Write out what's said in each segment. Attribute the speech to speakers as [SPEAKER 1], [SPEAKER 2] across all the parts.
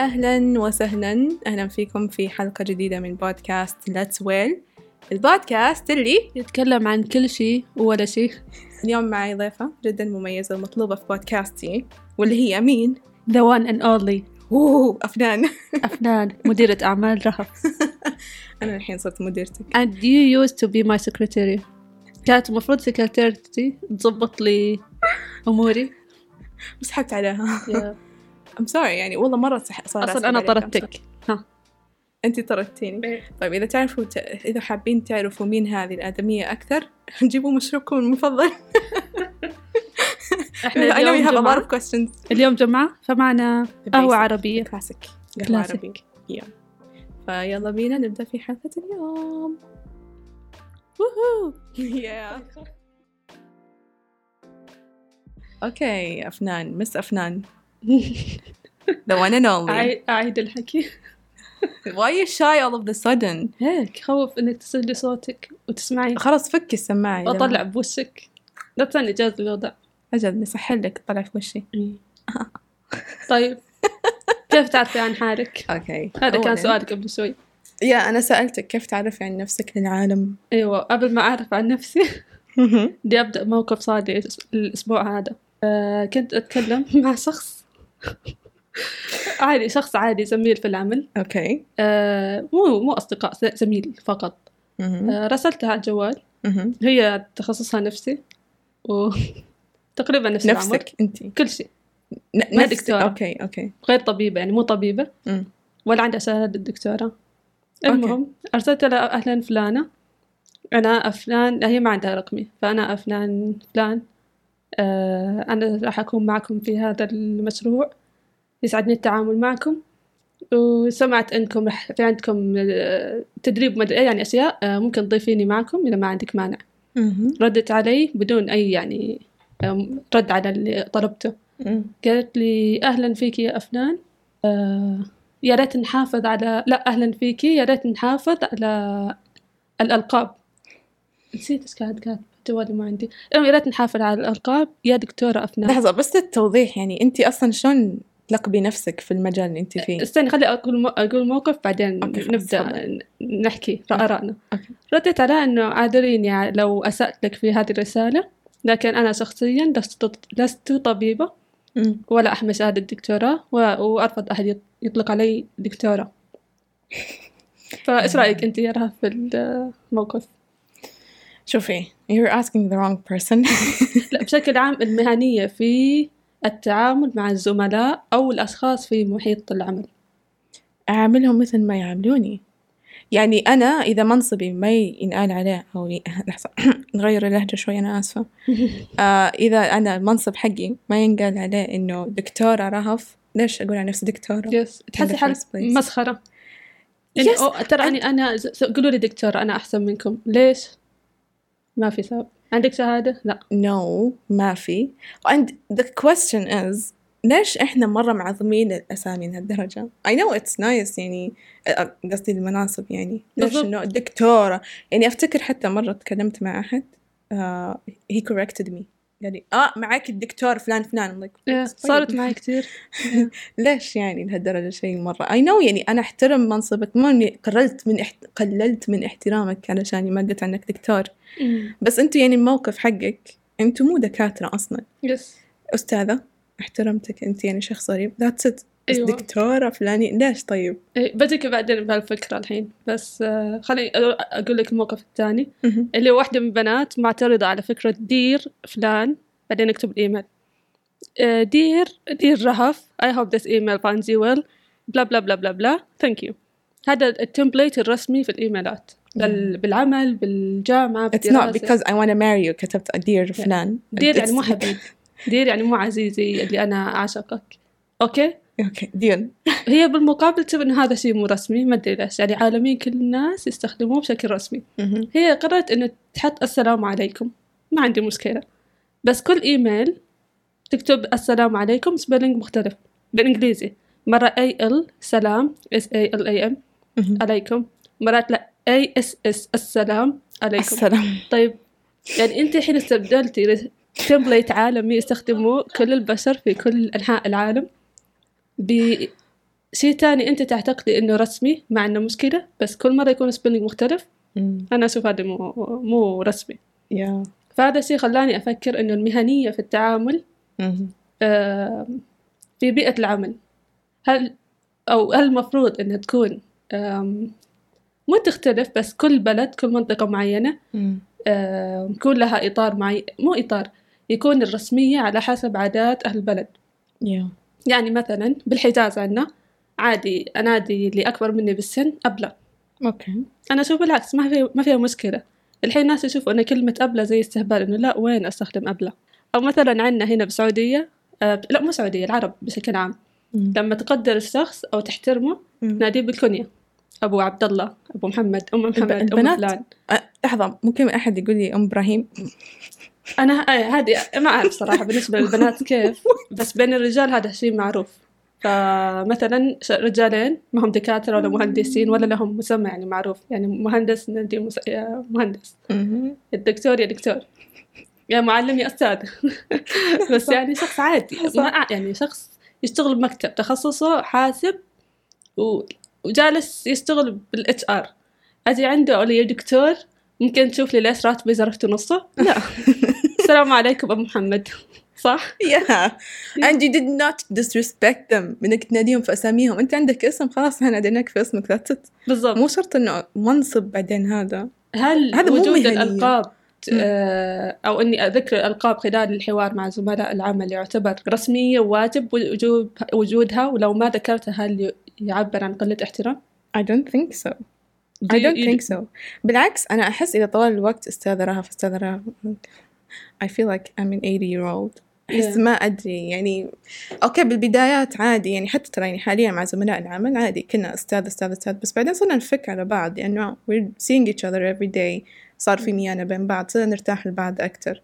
[SPEAKER 1] أهلا وسهلا أهلا فيكم في حلقة جديدة من بودكاست Let's Well البودكاست اللي
[SPEAKER 2] يتكلم عن كل شيء ولا شيء
[SPEAKER 1] اليوم معي ضيفة جدا مميزة ومطلوبة في بودكاستي واللي هي مين؟
[SPEAKER 2] The one and only
[SPEAKER 1] أوه أفنان
[SPEAKER 2] أفنان مديرة أعمال رهف
[SPEAKER 1] أنا الحين صرت مديرتك
[SPEAKER 2] and you used to be my secretary كانت المفروض سكرتيرتي تضبط لي أموري
[SPEAKER 1] بس حكت عليها I'm sorry يعني والله مرة صح- صار
[SPEAKER 2] أصلا
[SPEAKER 1] أسوأ
[SPEAKER 2] أنا
[SPEAKER 1] عليك. I'm
[SPEAKER 2] طردتك إيه. ها
[SPEAKER 1] sorry. أنت طردتيني طيب إذا تعرفوا ت... إذا حابين تعرفوا مين هذه الآدمية أكثر جيبوا مشروبكم المفضل I
[SPEAKER 2] احنا
[SPEAKER 1] know you
[SPEAKER 2] اليوم
[SPEAKER 1] have a lot of
[SPEAKER 2] جمعة
[SPEAKER 1] questions
[SPEAKER 2] اليوم جمعة فمعنا قهوة عربية
[SPEAKER 1] كلاسيك قهوة عربية
[SPEAKER 2] كلاسيك
[SPEAKER 1] فيلا بينا نبدأ في حلقة اليوم yeah. اوكي افنان مس افنان the one and only
[SPEAKER 2] أعيد- أعيد الحكي
[SPEAKER 1] why you shy all of the sudden
[SPEAKER 2] هيك خوف إنك تسجلي صوتك وتسمعي
[SPEAKER 1] خلاص فكي السماعة يا
[SPEAKER 2] وأطلع
[SPEAKER 1] جماعة.
[SPEAKER 2] بوشك لا تسألني جاز الوضع
[SPEAKER 1] اجل نسحل لك طلع في وشي
[SPEAKER 2] طيب كيف تعرفي عن حالك؟
[SPEAKER 1] اوكي
[SPEAKER 2] هذا
[SPEAKER 1] أولاً.
[SPEAKER 2] كان سؤالك قبل شوي
[SPEAKER 1] يا انا سالتك كيف تعرفي عن نفسك للعالم
[SPEAKER 2] ايوه قبل ما اعرف عن نفسي بدي ابدا موقف صار لي الأس- الاسبوع هذا آه كنت اتكلم مع شخص عادي شخص عادي زميل في العمل
[SPEAKER 1] اوكي
[SPEAKER 2] آه مو مو اصدقاء ز- زميل فقط
[SPEAKER 1] مهم.
[SPEAKER 2] آه رسلتها على الجوال
[SPEAKER 1] مهم.
[SPEAKER 2] هي تخصصها نفسي وتقريبا نفس العمر
[SPEAKER 1] نفسك انت
[SPEAKER 2] كل شيء
[SPEAKER 1] ن-
[SPEAKER 2] ما
[SPEAKER 1] نفسك.
[SPEAKER 2] دكتورة.
[SPEAKER 1] اوكي اوكي
[SPEAKER 2] غير طبيبة يعني مو طبيبة
[SPEAKER 1] مم.
[SPEAKER 2] ولا عندها شهادة الدكتورة المهم أرسلت لها أهلا فلانة أنا فلان هي ما عندها رقمي فأنا فلان فلان آه أنا راح أكون معكم في هذا المشروع يسعدني التعامل معكم وسمعت أنكم رح في عندكم آه، تدريب مدري إيه، يعني أشياء آه، ممكن تضيفيني معكم إذا ما عندك مانع
[SPEAKER 1] مهم.
[SPEAKER 2] ردت علي بدون أي يعني آم، رد على اللي طلبته
[SPEAKER 1] مم.
[SPEAKER 2] قالت لي أهلا فيك يا أفنان آه يا ريت نحافظ على لا أهلا فيك يا ريت نحافظ على الألقاب نسيت إيش كانت قالت جوالي ما عندي المهم يا ريت نحافظ على الألقاب يا دكتورة أفنان
[SPEAKER 1] لحظة بس التوضيح يعني انت اصلا شلون تلقبي نفسك في المجال اللي انت فيه؟
[SPEAKER 2] استني خلي أقول مو... أقول موقف بعدين
[SPEAKER 1] أوكي، خلاص،
[SPEAKER 2] نبدأ
[SPEAKER 1] تفضل.
[SPEAKER 2] ن- نحكي آرائنا
[SPEAKER 1] أوكي.
[SPEAKER 2] ردت على إنه عذريني لو أسأت لك في هذه الرسالة لكن أنا شخصيا لست لست طبيبة
[SPEAKER 1] مم.
[SPEAKER 2] ولا أحمل شهادة دكتوراه و... وأرفض أحد يط- يطلق علي دكتورة فإيش رأيك أنت يا رهف في الموقف؟
[SPEAKER 1] شوفي you're asking the wrong person
[SPEAKER 2] لا بشكل عام المهنية في التعامل مع الزملاء أو الأشخاص في محيط العمل
[SPEAKER 1] اعاملهم مثل ما يعاملوني يعني انا اذا منصبي ما ينقال عليه او ي- لحظة نغير اللهجة شوي انا اسفة آه اذا انا المنصب حقي ما ينقال عليه انه دكتورة رهف ليش اقول عن نفسي دكتورة؟
[SPEAKER 2] يس تحسي
[SPEAKER 1] the
[SPEAKER 2] حالك
[SPEAKER 1] first place.
[SPEAKER 2] مسخرة يعني
[SPEAKER 1] Yes.
[SPEAKER 2] أو تراني أنا ز- قولوا لي دكتورة أنا أحسن منكم ليش؟ ما في سبب عندك شهادة؟ لا
[SPEAKER 1] no ما في and the question is ليش احنا مرة معظمين الأسامي لهالدرجة؟ I know it's nice يعني أ- أ- قصدي المناصب يعني ليش
[SPEAKER 2] بالضبط.
[SPEAKER 1] انه دكتورة يعني أفتكر حتى مرة تكلمت مع أحد uh, he corrected me قال لي اه معك الدكتور فلان فلان I'm like
[SPEAKER 2] إيه،
[SPEAKER 1] طيب.
[SPEAKER 2] صارت معي كتير
[SPEAKER 1] ليش يعني لهالدرجة شيء مرة I know يعني أنا أحترم منصبك مو إني قللت من احت... قللت من احترامك علشان ما قلت عنك دكتور بس أنتوا يعني الموقف حقك أنتوا مو دكاترة أصلا
[SPEAKER 2] يس
[SPEAKER 1] أستاذة احترمتك أنت يعني شخص غريب ذاتس إت
[SPEAKER 2] أيوة.
[SPEAKER 1] دكتورة فلاني ليش طيب؟
[SPEAKER 2] إيه، بجيك بعدين بهالفكرة الحين بس آه، خليني أ- أقول لك الموقف الثاني
[SPEAKER 1] مهم.
[SPEAKER 2] اللي واحدة من البنات معترضة على فكرة دير فلان بعدين اكتب الإيميل آه، دير دير رهف I hope this email finds you well بلا بلا بلا بلا بلا thank you هذا التمبليت الرسمي في الإيميلات بال- بالعمل بالجامعة
[SPEAKER 1] It's not
[SPEAKER 2] بالدراسة.
[SPEAKER 1] because I want to marry you كتبت dear فلان
[SPEAKER 2] دير يعني
[SPEAKER 1] It's
[SPEAKER 2] مو
[SPEAKER 1] like-
[SPEAKER 2] حبيب دير يعني مو عزيزي اللي أنا أعشقك أوكي
[SPEAKER 1] اوكي ديل
[SPEAKER 2] هي بالمقابل تبي إن هذا شيء مو رسمي ما أدري ليش يعني عالميا كل الناس يستخدموه بشكل رسمي
[SPEAKER 1] مهم.
[SPEAKER 2] هي قررت إنه تحط السلام عليكم ما عندي مشكلة بس كل إيميل تكتب السلام عليكم سبيلينج مختلف بالإنجليزي مرة أي ال سلام اس اي ال اي ام
[SPEAKER 1] مهم.
[SPEAKER 2] عليكم مرات لا اي اس اس السلام عليكم
[SPEAKER 1] السلام
[SPEAKER 2] طيب يعني أنت الحين استبدلتي تمبليت عالمي يستخدموه كل البشر في كل أنحاء العالم ب شيء تاني أنت تعتقدي إنه رسمي مع إنه مشكلة بس كل مرة يكون سبيلينج مختلف
[SPEAKER 1] مم.
[SPEAKER 2] أنا أشوف هذا مو مو رسمي
[SPEAKER 1] يا
[SPEAKER 2] فهذا الشيء خلاني أفكر إنه المهنية في التعامل
[SPEAKER 1] مم.
[SPEAKER 2] آه، في بيئة العمل هل أو هل المفروض إنها تكون آم، مو تختلف بس كل بلد كل منطقة معينة
[SPEAKER 1] مم.
[SPEAKER 2] آم، آه، يكون لها إطار معين مو إطار يكون الرسمية على حسب عادات أهل البلد
[SPEAKER 1] يا
[SPEAKER 2] يعني مثلا بالحجاز عنا عادي أنادي اللي أكبر مني بالسن أبلة
[SPEAKER 1] اوكي
[SPEAKER 2] أنا أشوف بالعكس ما في ما فيها مشكلة الحين الناس يشوفوا أن كلمة أبلة زي استهبال إنه لا وين أستخدم أبلة أو مثلا عنا هنا بالسعودية آه، لا مو سعودية العرب بشكل عام
[SPEAKER 1] مم.
[SPEAKER 2] لما تقدر الشخص أو تحترمه
[SPEAKER 1] مم.
[SPEAKER 2] ناديه بالكنية أبو عبد الله أبو محمد أم محمد أم
[SPEAKER 1] البنات.
[SPEAKER 2] فلان
[SPEAKER 1] أه، لحظة ممكن أحد يقول لي أم إبراهيم
[SPEAKER 2] أنا آه، هذه ما أعرف صراحة بالنسبة للبنات كيف بس بين الرجال هذا شيء معروف فمثلا ش- رجالين ما هم دكاترة ولا مهندسين ولا لهم مسمى يعني معروف يعني مهندس نادي مس... يا مهندس
[SPEAKER 1] مم.
[SPEAKER 2] الدكتور يا دكتور يا معلم يا أستاذ بس يعني شخص عادي
[SPEAKER 1] صح.
[SPEAKER 2] ما أع- يعني شخص يشتغل بمكتب تخصصه حاسب و... وجالس يشتغل بالاتش ار اجي عنده اقول له يا دكتور ممكن تشوف لي ليش راتبي زرفت نصه؟ لا السلام عليكم ابو محمد صح؟
[SPEAKER 1] yeah and you did not disrespect them انك تناديهم في اساميهم انت عندك اسم خلاص احنا ناديناك في اسمك ذاتس ات
[SPEAKER 2] بالضبط
[SPEAKER 1] مو شرط انه منصب بعدين هذا
[SPEAKER 2] هل
[SPEAKER 1] هذا مو
[SPEAKER 2] وجود
[SPEAKER 1] مهنية.
[SPEAKER 2] الالقاب
[SPEAKER 1] مم.
[SPEAKER 2] آه، او اني اذكر الالقاب خلال الحوار مع زملاء العمل يعتبر رسميه وواجب وجوب- وجودها ولو ما ذكرتها هل ي- يعبر عن قله احترام؟
[SPEAKER 1] I don't think so I don't think so بالعكس أنا أحس إذا طوال الوقت أستاذة رهف أستاذة رهف I feel like I'm an 80 year old أحس
[SPEAKER 2] Yeah.
[SPEAKER 1] ما أدري يعني أوكي بالبدايات عادي يعني حتى ترى يعني حاليا مع زملاء العمل عادي كنا أستاذ أستاذ أستاذ بس بعدين صرنا نفك على بعض لأنه we're seeing each other every day صار في ميانة بين بعض صرنا نرتاح لبعض أكتر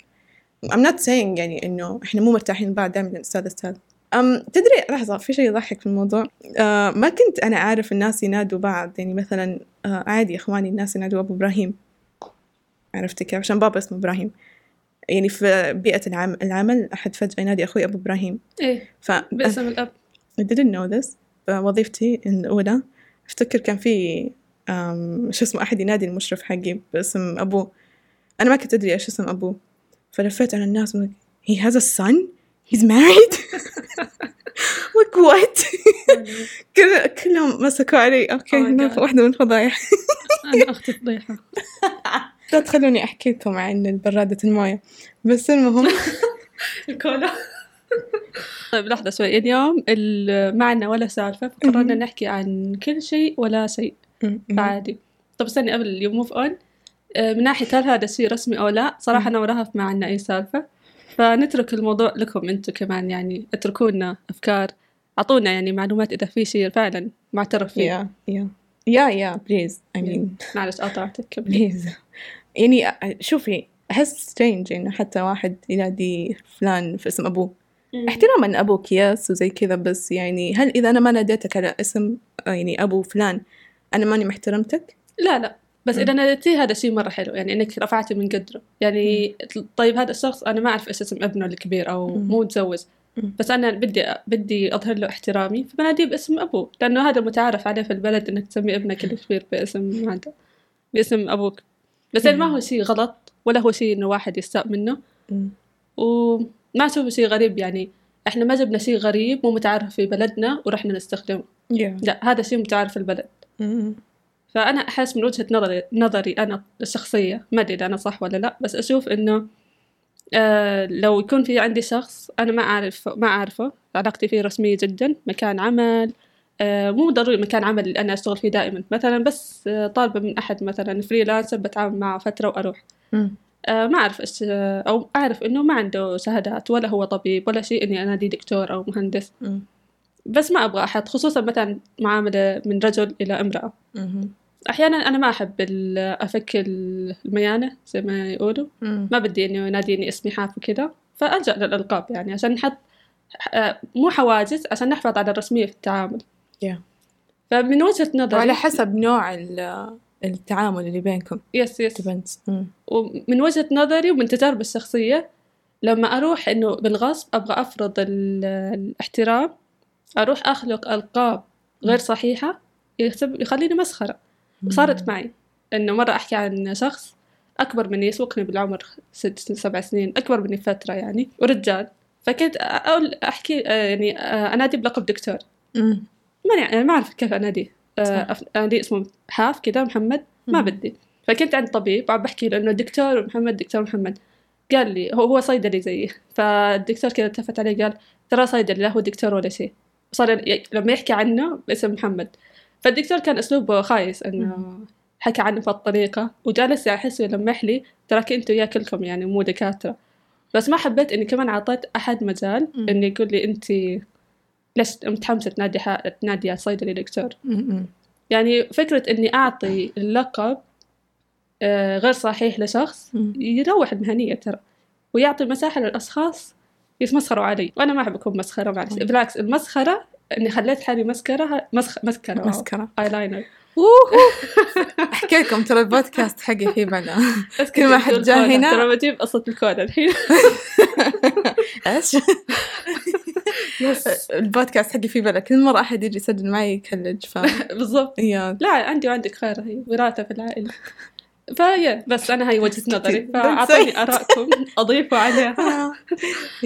[SPEAKER 1] I'm not saying يعني إنه إحنا مو مرتاحين لبعض دائما أستاذ أستاذ أم تدري لحظة في شيء يضحك في الموضوع آه ما كنت أنا أعرف الناس ينادوا بعض يعني مثلا آه عادي إخواني الناس ينادوا أبو إبراهيم عرفتي كيف عشان بابا اسمه إبراهيم يعني في بيئة العم- العمل أحد فجأة ينادي أخوي أبو إبراهيم
[SPEAKER 2] ايه
[SPEAKER 1] ف
[SPEAKER 2] باسم الاب
[SPEAKER 1] I didn't know this وظيفتي الأولى أفتكر كان في أم، شو اسمه أحد ينادي المشرف حقي باسم أبوه أنا ما كنت أدري إيش اسم أبوه فلفيت على الناس like, he has a son he's married like what كذا كلهم مسكوا علي أوكي
[SPEAKER 2] Oh my
[SPEAKER 1] هنا
[SPEAKER 2] God.
[SPEAKER 1] واحدة من الفضايح
[SPEAKER 2] انا اختي فضيحه
[SPEAKER 1] لا تخلوني أحكي لكم عن برادة الموية بس المهم
[SPEAKER 2] الكولا طيب لحظة شوي اليوم ال- ما عنا ولا سالفة فقررنا
[SPEAKER 1] مهم.
[SPEAKER 2] نحكي عن كل شيء ولا شيء
[SPEAKER 1] نعم.
[SPEAKER 2] عادي طب استني قبل يو موف اون آه، من ناحية هل هذا شيء رسمي أو لا صراحة أنا وراها ما عنا أي سالفة فنترك الموضوع لكم أنتم كمان يعني اتركونا أفكار أعطونا يعني معلومات إذا في شيء فعلا معترف فيه
[SPEAKER 1] يا يا يا يا بليز I mean
[SPEAKER 2] معلش قاطعتك كمل.
[SPEAKER 1] بليز يعني أ- شوفي احس سترينج انه حتى واحد ينادي فلان في اسم ابوه احتراما ابوك ياس وزي كذا بس يعني هل اذا انا ما ناديتك على اسم آه، يعني ابو فلان انا ماني محترمتك
[SPEAKER 2] لا لا بس
[SPEAKER 1] مم.
[SPEAKER 2] اذا ناديتيه هذا شيء مره حلو يعني انك رفعتي من قدره يعني طيب هذا الشخص انا ما اعرف ايش اسم ابنه الكبير او
[SPEAKER 1] مم.
[SPEAKER 2] مو متزوج
[SPEAKER 1] مم.
[SPEAKER 2] بس انا بدي بدي اظهر له احترامي فبناديه باسم ابوه لانه هذا متعارف عليه في البلد انك تسمي ابنك الكبير باسم هذا باسم ابوك بس يعني ما
[SPEAKER 1] مم.
[SPEAKER 2] هو شيء غلط ولا هو شيء انه واحد يستاء منه وما اشوفه شيء غريب يعني احنا ما جبنا شيء غريب مو متعارف في بلدنا ورحنا نستخدمه
[SPEAKER 1] يا
[SPEAKER 2] لا هذا شيء متعارف في البلد فأنا أحس من وجهة نظري نظري أنا الشخصية ما أدري إذا أنا صح ولا لا بس أشوف إنه آه لو يكون في عندي شخص أنا ما أعرف ما أعرفه علاقتي فيه رسمية جدا مكان عمل آه مو ضروري مكان عمل اللي أنا أشتغل فيه دائما مثلا بس آه طالبة من أحد مثلا فريلانسر بتعامل معه فترة وأروح آه ما أعرف إيش آه، أو أعرف إنه ما عنده شهادات ولا هو طبيب ولا شيء إني أنادي دكتور أو مهندس بس ما أبغى أحد خصوصا مثلا معاملة من رجل إلى امرأة احيانا انا ما احب ال- افك ال- الميانه زي ما يقولوا ما بدي انه يناديني اسمي حاف وكذا فالجا للالقاب يعني عشان نحط آه، مو حواجز عشان نحافظ على الرسميه في التعامل
[SPEAKER 1] Yeah.
[SPEAKER 2] فمن وجهه نظري
[SPEAKER 1] وعلى حسب نوع ال- التعامل اللي بينكم
[SPEAKER 2] يس يس
[SPEAKER 1] depends
[SPEAKER 2] ومن وجهه نظري ومن تجاربي الشخصيه لما اروح انه بالغصب ابغى افرض ال- الاحترام اروح اخلق القاب غير صحيحة يحسب يخليني مسخرة وصارت معي إنه مرة أحكي عن شخص أكبر مني يسبقني بالعمر ست سبع سنين أكبر مني بفترة يعني ورجال فكنت أقول أحكي آه، يعني آه، أنادي بلقب دكتور
[SPEAKER 1] مم.
[SPEAKER 2] ماني يعني ما أعرف كيف أناديه آه،
[SPEAKER 1] صح.
[SPEAKER 2] أف- أناديه اسمه حاف كذا محمد ما
[SPEAKER 1] مم.
[SPEAKER 2] بدي فكنت عند طبيب وعم بحكي له إنه دكتور محمد دكتور محمد قال لي هو هو صيدلي زيي فالدكتور كذا التفت علي قال ترى صيدلي لا هو دكتور ولا شيء صار ي- لما يحكي عنه باسم محمد فالدكتور كان أسلوبه خايس إنه
[SPEAKER 1] مم.
[SPEAKER 2] حكى عنه بهالطريقة وجالس أحس يلمح لي تراك أنتوا يا كلكم يعني مو دكاترة بس ما حبيت إني كمان أعطيت أحد مجال
[SPEAKER 1] مم.
[SPEAKER 2] إنه يقول لي أنت ليش متحمسة تنادي حا- تنادي يا صيدلي دكتور
[SPEAKER 1] مم.
[SPEAKER 2] يعني فكرة إني أعطي اللقب آه، غير صحيح لشخص
[SPEAKER 1] مم.
[SPEAKER 2] يروح المهنية ترى ويعطي مساحة للأشخاص يتمسخروا علي وأنا ما أحب أكون مسخرة معلش
[SPEAKER 1] طيب.
[SPEAKER 2] بالعكس المسخرة إني خليت حالي مسكرة مسخ... مسكرة
[SPEAKER 1] مسكرة
[SPEAKER 2] آيلاينر
[SPEAKER 1] احكي لكم ترى البودكاست حقي فيه بلا كل ما حد جاء هنا-
[SPEAKER 2] ترى بجيب قصة الكون الحين
[SPEAKER 1] ايش؟ البودكاست حقي فيه بلا كل مرة احد يجي يسجل معي يكلج ف
[SPEAKER 2] بالضبط
[SPEAKER 1] يا
[SPEAKER 2] لا عندي وعندك خير هي وراثة في العائلة فيا بس أنا هاي وجهة نظري
[SPEAKER 1] كتير.
[SPEAKER 2] فأعطوني آرائكم أضيفوا عليها
[SPEAKER 1] آه.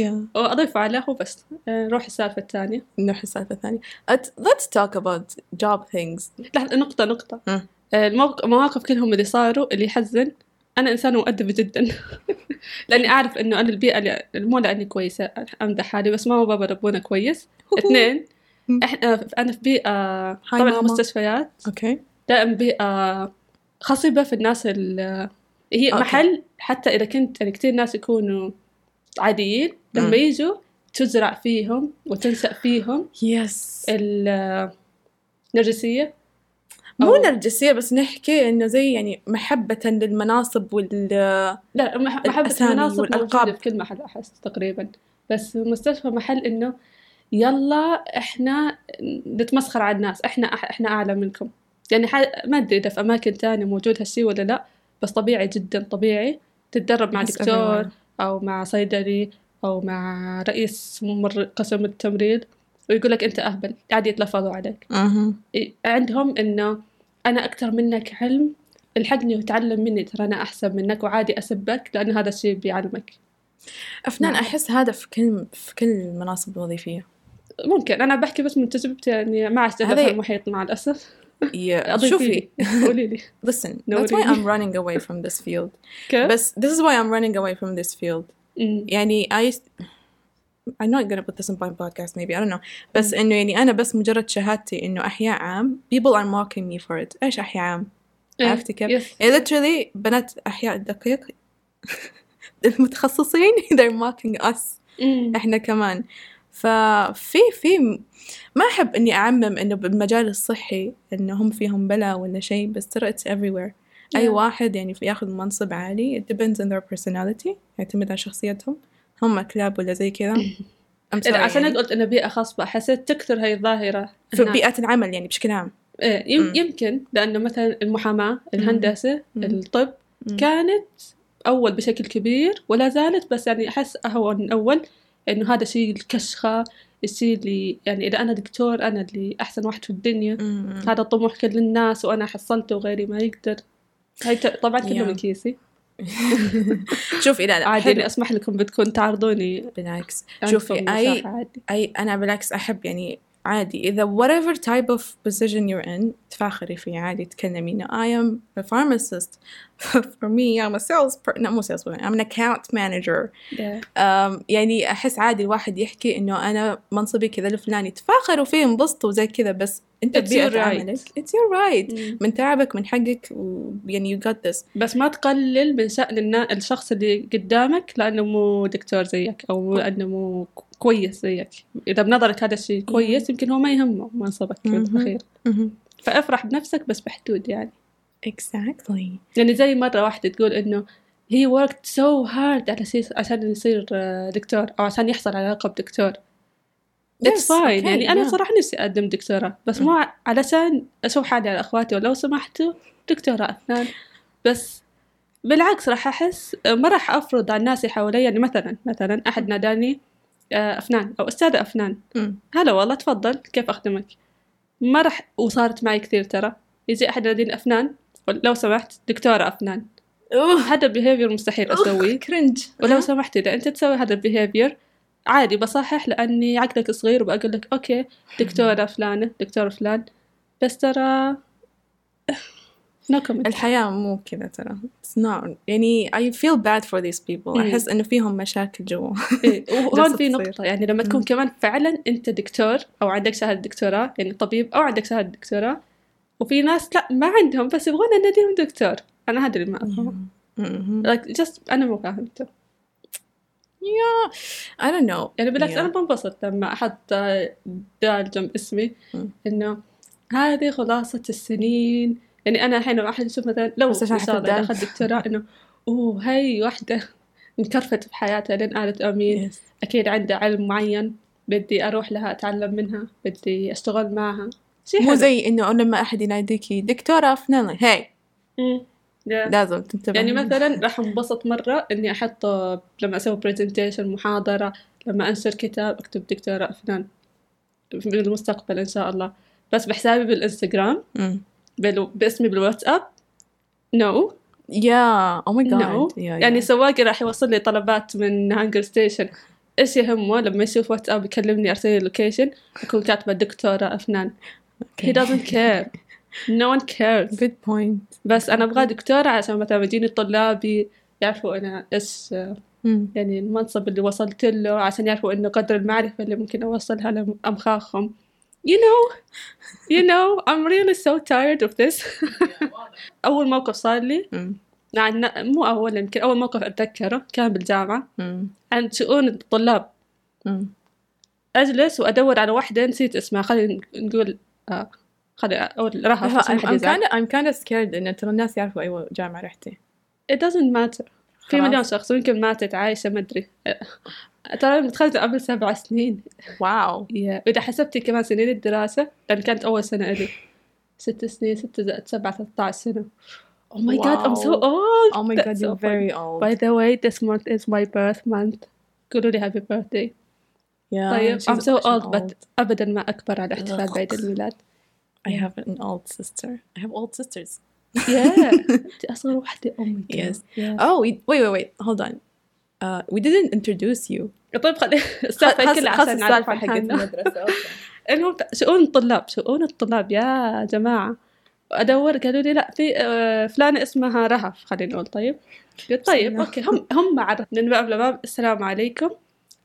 [SPEAKER 1] يا
[SPEAKER 2] وأضيف عليه وبس آه، نروح السالفة الثانية
[SPEAKER 1] نروح السالفة الثانية At- let's talk about job things
[SPEAKER 2] لحظة نقطة نقطة
[SPEAKER 1] مم.
[SPEAKER 2] آه، الموق- المواقف كلهم اللي صاروا اللي يحزن أنا إنسانة مؤدبة جدا لأني أعرف إنه أنا البيئة اللي مو لأني كويسة أمدح حالي بس ماما وبابا ربونا كويس اثنين
[SPEAKER 1] مم.
[SPEAKER 2] إحنا أنا في بيئة طبعا
[SPEAKER 1] ماما.
[SPEAKER 2] في مستشفيات
[SPEAKER 1] اوكي
[SPEAKER 2] دائما بيئة خصبة في الناس ال هي
[SPEAKER 1] أوكي.
[SPEAKER 2] محل حتى إذا كنت يعني كتير ناس يكونوا عاديين
[SPEAKER 1] مم.
[SPEAKER 2] لما يجوا تزرع فيهم وتنشأ فيهم
[SPEAKER 1] يس
[SPEAKER 2] النرجسية
[SPEAKER 1] مو
[SPEAKER 2] أو-
[SPEAKER 1] نرجسية بس نحكي انه زي يعني محبة للمناصب وال
[SPEAKER 2] لا مح- محبة
[SPEAKER 1] الأسامي
[SPEAKER 2] المناصب
[SPEAKER 1] والألقاب.
[SPEAKER 2] موجودة في كل محل أحس تقريبا بس المستشفى محل إنه يلا إحنا نتمسخر على الناس إحنا أح- إحنا أعلى منكم يعني ح- ما أدري إذا في أماكن تانية موجود هالشي ولا لا بس طبيعي جدا طبيعي تتدرب مع
[SPEAKER 1] Yes,
[SPEAKER 2] دكتور
[SPEAKER 1] everyone.
[SPEAKER 2] أو مع صيدلي أو مع رئيس ممر قسم التمريض ويقول لك أنت أهبل عادي يتلفظوا عليك
[SPEAKER 1] اها
[SPEAKER 2] عندهم انه انا اكثر منك علم الحقني وتعلم مني ترى انا احسن منك وعادي اسبك لان هذا الشيء بيعلمك
[SPEAKER 1] افنان
[SPEAKER 2] نعم.
[SPEAKER 1] احس هذا في كل في كل المناصب الوظيفية
[SPEAKER 2] ممكن انا بحكي بس من تجربتي يعني ما عشت
[SPEAKER 1] هذا-
[SPEAKER 2] هذا المحيط مع الاسف
[SPEAKER 1] يا-
[SPEAKER 2] أضيفي
[SPEAKER 1] شوفي
[SPEAKER 2] لي. قولي لي
[SPEAKER 1] listen
[SPEAKER 2] No
[SPEAKER 1] that's why
[SPEAKER 2] really.
[SPEAKER 1] I'm running away from this field
[SPEAKER 2] كيف
[SPEAKER 1] بس this is why I'm running away from this field
[SPEAKER 2] أمم.
[SPEAKER 1] يعني I used... I'm not gonna put this in my podcast maybe I don't know بس إنه يعني أنا بس مجرد شهادتي إنه أحياء عام people are mocking me for it إيش أحياء عام؟
[SPEAKER 2] إيه.
[SPEAKER 1] عرفتي كيف؟
[SPEAKER 2] يس.
[SPEAKER 1] يعني literally بنات أحياء الدقيق المتخصصين they're mocking us
[SPEAKER 2] أمم.
[SPEAKER 1] احنا كمان ففي في ما احب اني اعمم انه بالمجال الصحي انه هم فيهم بلا ولا شيء بس ترى it's everywhere اي
[SPEAKER 2] Yeah.
[SPEAKER 1] واحد يعني في- ياخذ منصب عالي it depends on their personality يعتمد على شخصيتهم هم كلاب ولا زي كذا I'm sorry
[SPEAKER 2] إذا عشان
[SPEAKER 1] يعني.
[SPEAKER 2] قلت انه بيئه خصبه حسيت تكثر هاي الظاهره
[SPEAKER 1] في
[SPEAKER 2] هناك.
[SPEAKER 1] بيئة العمل يعني بشكل عام
[SPEAKER 2] إيه، يم-
[SPEAKER 1] أمم.
[SPEAKER 2] يمكن لانه مثلا المحاماه الهندسه
[SPEAKER 1] أمم.
[SPEAKER 2] الطب
[SPEAKER 1] أمم.
[SPEAKER 2] كانت أول بشكل كبير ولا زالت بس يعني أحس أهون من أول إنه هذا شيء الكشخة الشيء اللي يعني إذا أنا دكتور أنا اللي أحسن واحد في الدنيا
[SPEAKER 1] مم.
[SPEAKER 2] هذا طموح كل الناس وأنا حصلته وغيري ما يقدر هاي ت- طبعا كله
[SPEAKER 1] Yeah.
[SPEAKER 2] من كيسي
[SPEAKER 1] شوفي لا لا
[SPEAKER 2] عادي
[SPEAKER 1] حلو.
[SPEAKER 2] أنا أسمح لكم بدكم تعرضوني
[SPEAKER 1] بالعكس
[SPEAKER 2] عندكم
[SPEAKER 1] شوفي اي
[SPEAKER 2] مساحة عادي
[SPEAKER 1] اي انا بالعكس احب يعني عادي اذا whatever type of position you're in تفاخري فيه عادي تكلمي انه I am a pharmacist for me I'm a sales per... no, مو sales person I'm an account manager
[SPEAKER 2] Yeah.
[SPEAKER 1] um, يعني احس عادي الواحد يحكي انه انا منصبي كذا الفلاني تفاخروا فيه انبسطوا زي كذا بس انت
[SPEAKER 2] It's
[SPEAKER 1] بيئة
[SPEAKER 2] your right.
[SPEAKER 1] عملك it's your right
[SPEAKER 2] مم.
[SPEAKER 1] من تعبك من حقك و... يعني you got this
[SPEAKER 2] بس ما تقلل من شأن النا- الشخص اللي قدامك لأنه مو دكتور زيك أو لأنه مو كويس زيك إذا بنظرك هذا الشيء كويس يمكن هو ما يهمه منصبك
[SPEAKER 1] مهم.
[SPEAKER 2] بالأخير
[SPEAKER 1] مهم.
[SPEAKER 2] فافرح بنفسك بس بحدود يعني
[SPEAKER 1] exactly
[SPEAKER 2] يعني زي مرة واحدة تقول إنه هي worked so hard على شيء عشان يصير آه، دكتور أو عشان يحصل على لقب دكتور that's
[SPEAKER 1] Yes,
[SPEAKER 2] fine
[SPEAKER 1] okay,
[SPEAKER 2] يعني أنا
[SPEAKER 1] yeah.
[SPEAKER 2] صراحة نفسي أقدم دكتوراه بس مو ع- علشان أشوف حالي على أخواتي ولو سمحتوا دكتوراه أسنان بس بالعكس راح أحس آه، ما راح أفرض على الناس اللي حوالي يعني مثلا مثلا أحد ناداني آه، أفنان أو أستاذة أفنان
[SPEAKER 1] مم.
[SPEAKER 2] هلا والله تفضل كيف أخدمك ما راح وصارت معي كثير ترى يجي أحد يناديني أفنان يقول لو سمحت دكتورة أفنان
[SPEAKER 1] اوه
[SPEAKER 2] هذا بيهيفير مستحيل أسويه
[SPEAKER 1] كرنج
[SPEAKER 2] ولو سمحتي إذا أنت تسوي هذا البيهيفير عادي بصحح لأني عقلك صغير وبقول لك أوكي دكتورة فلانة دكتور فلان بس ترى نو كومنت
[SPEAKER 1] الحياة مو كذا ترى it's not يعني I feel bad for these people
[SPEAKER 2] مم.
[SPEAKER 1] أحس إنه فيهم مشاكل جوا
[SPEAKER 2] وهون إيه، في
[SPEAKER 1] تصير.
[SPEAKER 2] نقطة يعني لما تكون كمان فعلا أنت دكتور أو عندك شهادة دكتوراه يعني طبيب أو عندك شهادة دكتوراه وفي ناس لا ما عندهم بس يبغون أناديهم دكتور أنا هذا اللي ما أفهمه
[SPEAKER 1] مم.
[SPEAKER 2] like just أنا مو فاهمته
[SPEAKER 1] I don't know
[SPEAKER 2] يعني بالعكس
[SPEAKER 1] Yeah.
[SPEAKER 2] أنا بنبسط لما أحط دال جنب اسمي
[SPEAKER 1] مم.
[SPEAKER 2] إنه هذه خلاصة السنين يعني أنا الحين لما أحد يشوف مثلا لو إن
[SPEAKER 1] بس عشان
[SPEAKER 2] شاء الله إذا
[SPEAKER 1] حتتدلع.
[SPEAKER 2] أخذت دكتوراه إنه أوه هاي واحدة انكرفت بحياتها لين قالت أمين
[SPEAKER 1] Yes.
[SPEAKER 2] أكيد عندها علم معين بدي أروح لها أتعلم منها بدي أشتغل معها شي
[SPEAKER 1] مو
[SPEAKER 2] حلو.
[SPEAKER 1] زي انه لما احد يناديكي دكتوره افنان هاي
[SPEAKER 2] مم. Mm. Yeah.
[SPEAKER 1] لازم تنتبه
[SPEAKER 2] يعني مثلا راح انبسط مرة إني أحط لما أسوي برزنتيشن محاضرة لما أنشر كتاب أكتب دكتورة أفنان في المستقبل إن شاء الله بس بحسابي بالإنستغرام
[SPEAKER 1] مم.
[SPEAKER 2] بال- باسمي بالواتساب نو no.
[SPEAKER 1] يا او ماي
[SPEAKER 2] No.
[SPEAKER 1] جاد
[SPEAKER 2] يعني سواقي راح يوصل لي طلبات من هانجر ستيشن ايش يهمه لما يشوف واتساب يكلمني ارسل لي لوكيشن اكون كاتبه دكتوره افنان He doesn't care. No one cares.
[SPEAKER 1] جود بوينت
[SPEAKER 2] بس أنا أبغى دكتورة عشان مثلا يجيني طلابي يعرفوا أنا إيش
[SPEAKER 1] Hmm.
[SPEAKER 2] يعني المنصب اللي وصلت له عشان يعرفوا إنه قدر المعرفة اللي ممكن أوصلها لأمخاخهم. You know you know I'm really so tired of this. أول موقف صار لي
[SPEAKER 1] Hmm.
[SPEAKER 2] مع النا- مو أول يمكن أول موقف أتذكره كان بالجامعة
[SPEAKER 1] Hmm.
[SPEAKER 2] عن شؤون الطلاب أجلس وأدور على واحدة نسيت اسمها خلينا نقول آه خلي أقول راح أفتح
[SPEAKER 1] I'm
[SPEAKER 2] حديث
[SPEAKER 1] kind of I'm kind of scared انه ترى الناس يعرفوا اي جامعه رحتي
[SPEAKER 2] it doesn't matter في
[SPEAKER 1] خلاص.
[SPEAKER 2] مليون شخص ويمكن ماتت عايشة ما أدري ترى أنا دخلت قبل سبع سنين
[SPEAKER 1] واو
[SPEAKER 2] yeah. وإذا حسبتي كمان سنين الدراسة لأن كانت أول سنة إلي ست سنين ست زائد سبعة 13 سنة oh my god I'm so
[SPEAKER 1] واو.
[SPEAKER 2] old
[SPEAKER 1] oh my
[SPEAKER 2] That's
[SPEAKER 1] god
[SPEAKER 2] so
[SPEAKER 1] you're
[SPEAKER 2] طيب،
[SPEAKER 1] very old
[SPEAKER 2] by the way this month is my birth month قولوا لي happy birthday
[SPEAKER 1] yeah,
[SPEAKER 2] طيب
[SPEAKER 1] she's-
[SPEAKER 2] I'm so
[SPEAKER 1] she's
[SPEAKER 2] old, but أبدا ما أكبر على احتفال بعيد الميلاد
[SPEAKER 1] I have an old sister I have old sisters
[SPEAKER 2] yeah أنت أصغر واحدة oh my god
[SPEAKER 1] Yes.
[SPEAKER 2] yeah.
[SPEAKER 1] oh we, wait wait wait hold on uh, we didn't introduce you
[SPEAKER 2] طيب خلي السالفة
[SPEAKER 1] خلاص-
[SPEAKER 2] كلها
[SPEAKER 1] خلاص
[SPEAKER 2] عشان نعرف
[SPEAKER 1] السالفة
[SPEAKER 2] عن
[SPEAKER 1] حقت
[SPEAKER 2] حالنا.
[SPEAKER 1] المدرسة أوكي.
[SPEAKER 2] المهم شؤون الطلاب شؤون الطلاب يا جماعة أدور قالوا لي لا في آه، فلانة اسمها رهف خلينا نقول طيب قلت طيب
[SPEAKER 1] الله.
[SPEAKER 2] أوكي هم هم عرف من باب لباب السلام عليكم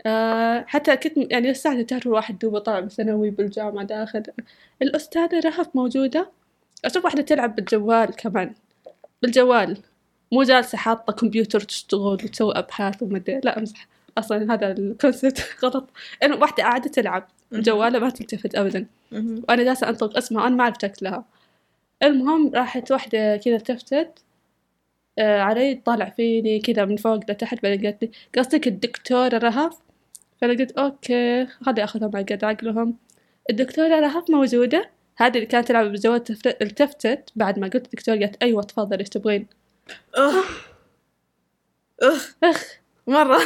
[SPEAKER 2] آه حتى كنت يعني الساعة تعرف الواحد دوبه طالع من ثانوي بالجامعة داخل الأستاذة رهف موجودة أشوف واحدة تلعب بالجوال كمان بالجوال مو جالسة حاطة كمبيوتر تشتغل وتسوي أبحاث ومدري لا أمزح أصلا هذا الكونسيبت غلط إنه واحدة قاعدة تلعب جوالها ما تلتفت ابدا
[SPEAKER 1] مهم.
[SPEAKER 2] وانا جالسه انطق اسمها وانا ما عرفت شكلها المهم راحت واحده كذا التفتت آه، علي طالع فيني كذا من فوق لتحت بعدين قالت لي قصدك الدكتوره رهف فانا قلت اوكي خلي اخذهم على قد عقلهم الدكتوره رهف موجوده هذه اللي كانت تلعب بالجوال التفت- التفتت بعد ما قلت الدكتور قالت ايوه تفضلي ايش تبغين
[SPEAKER 1] اخ اخ اخ مره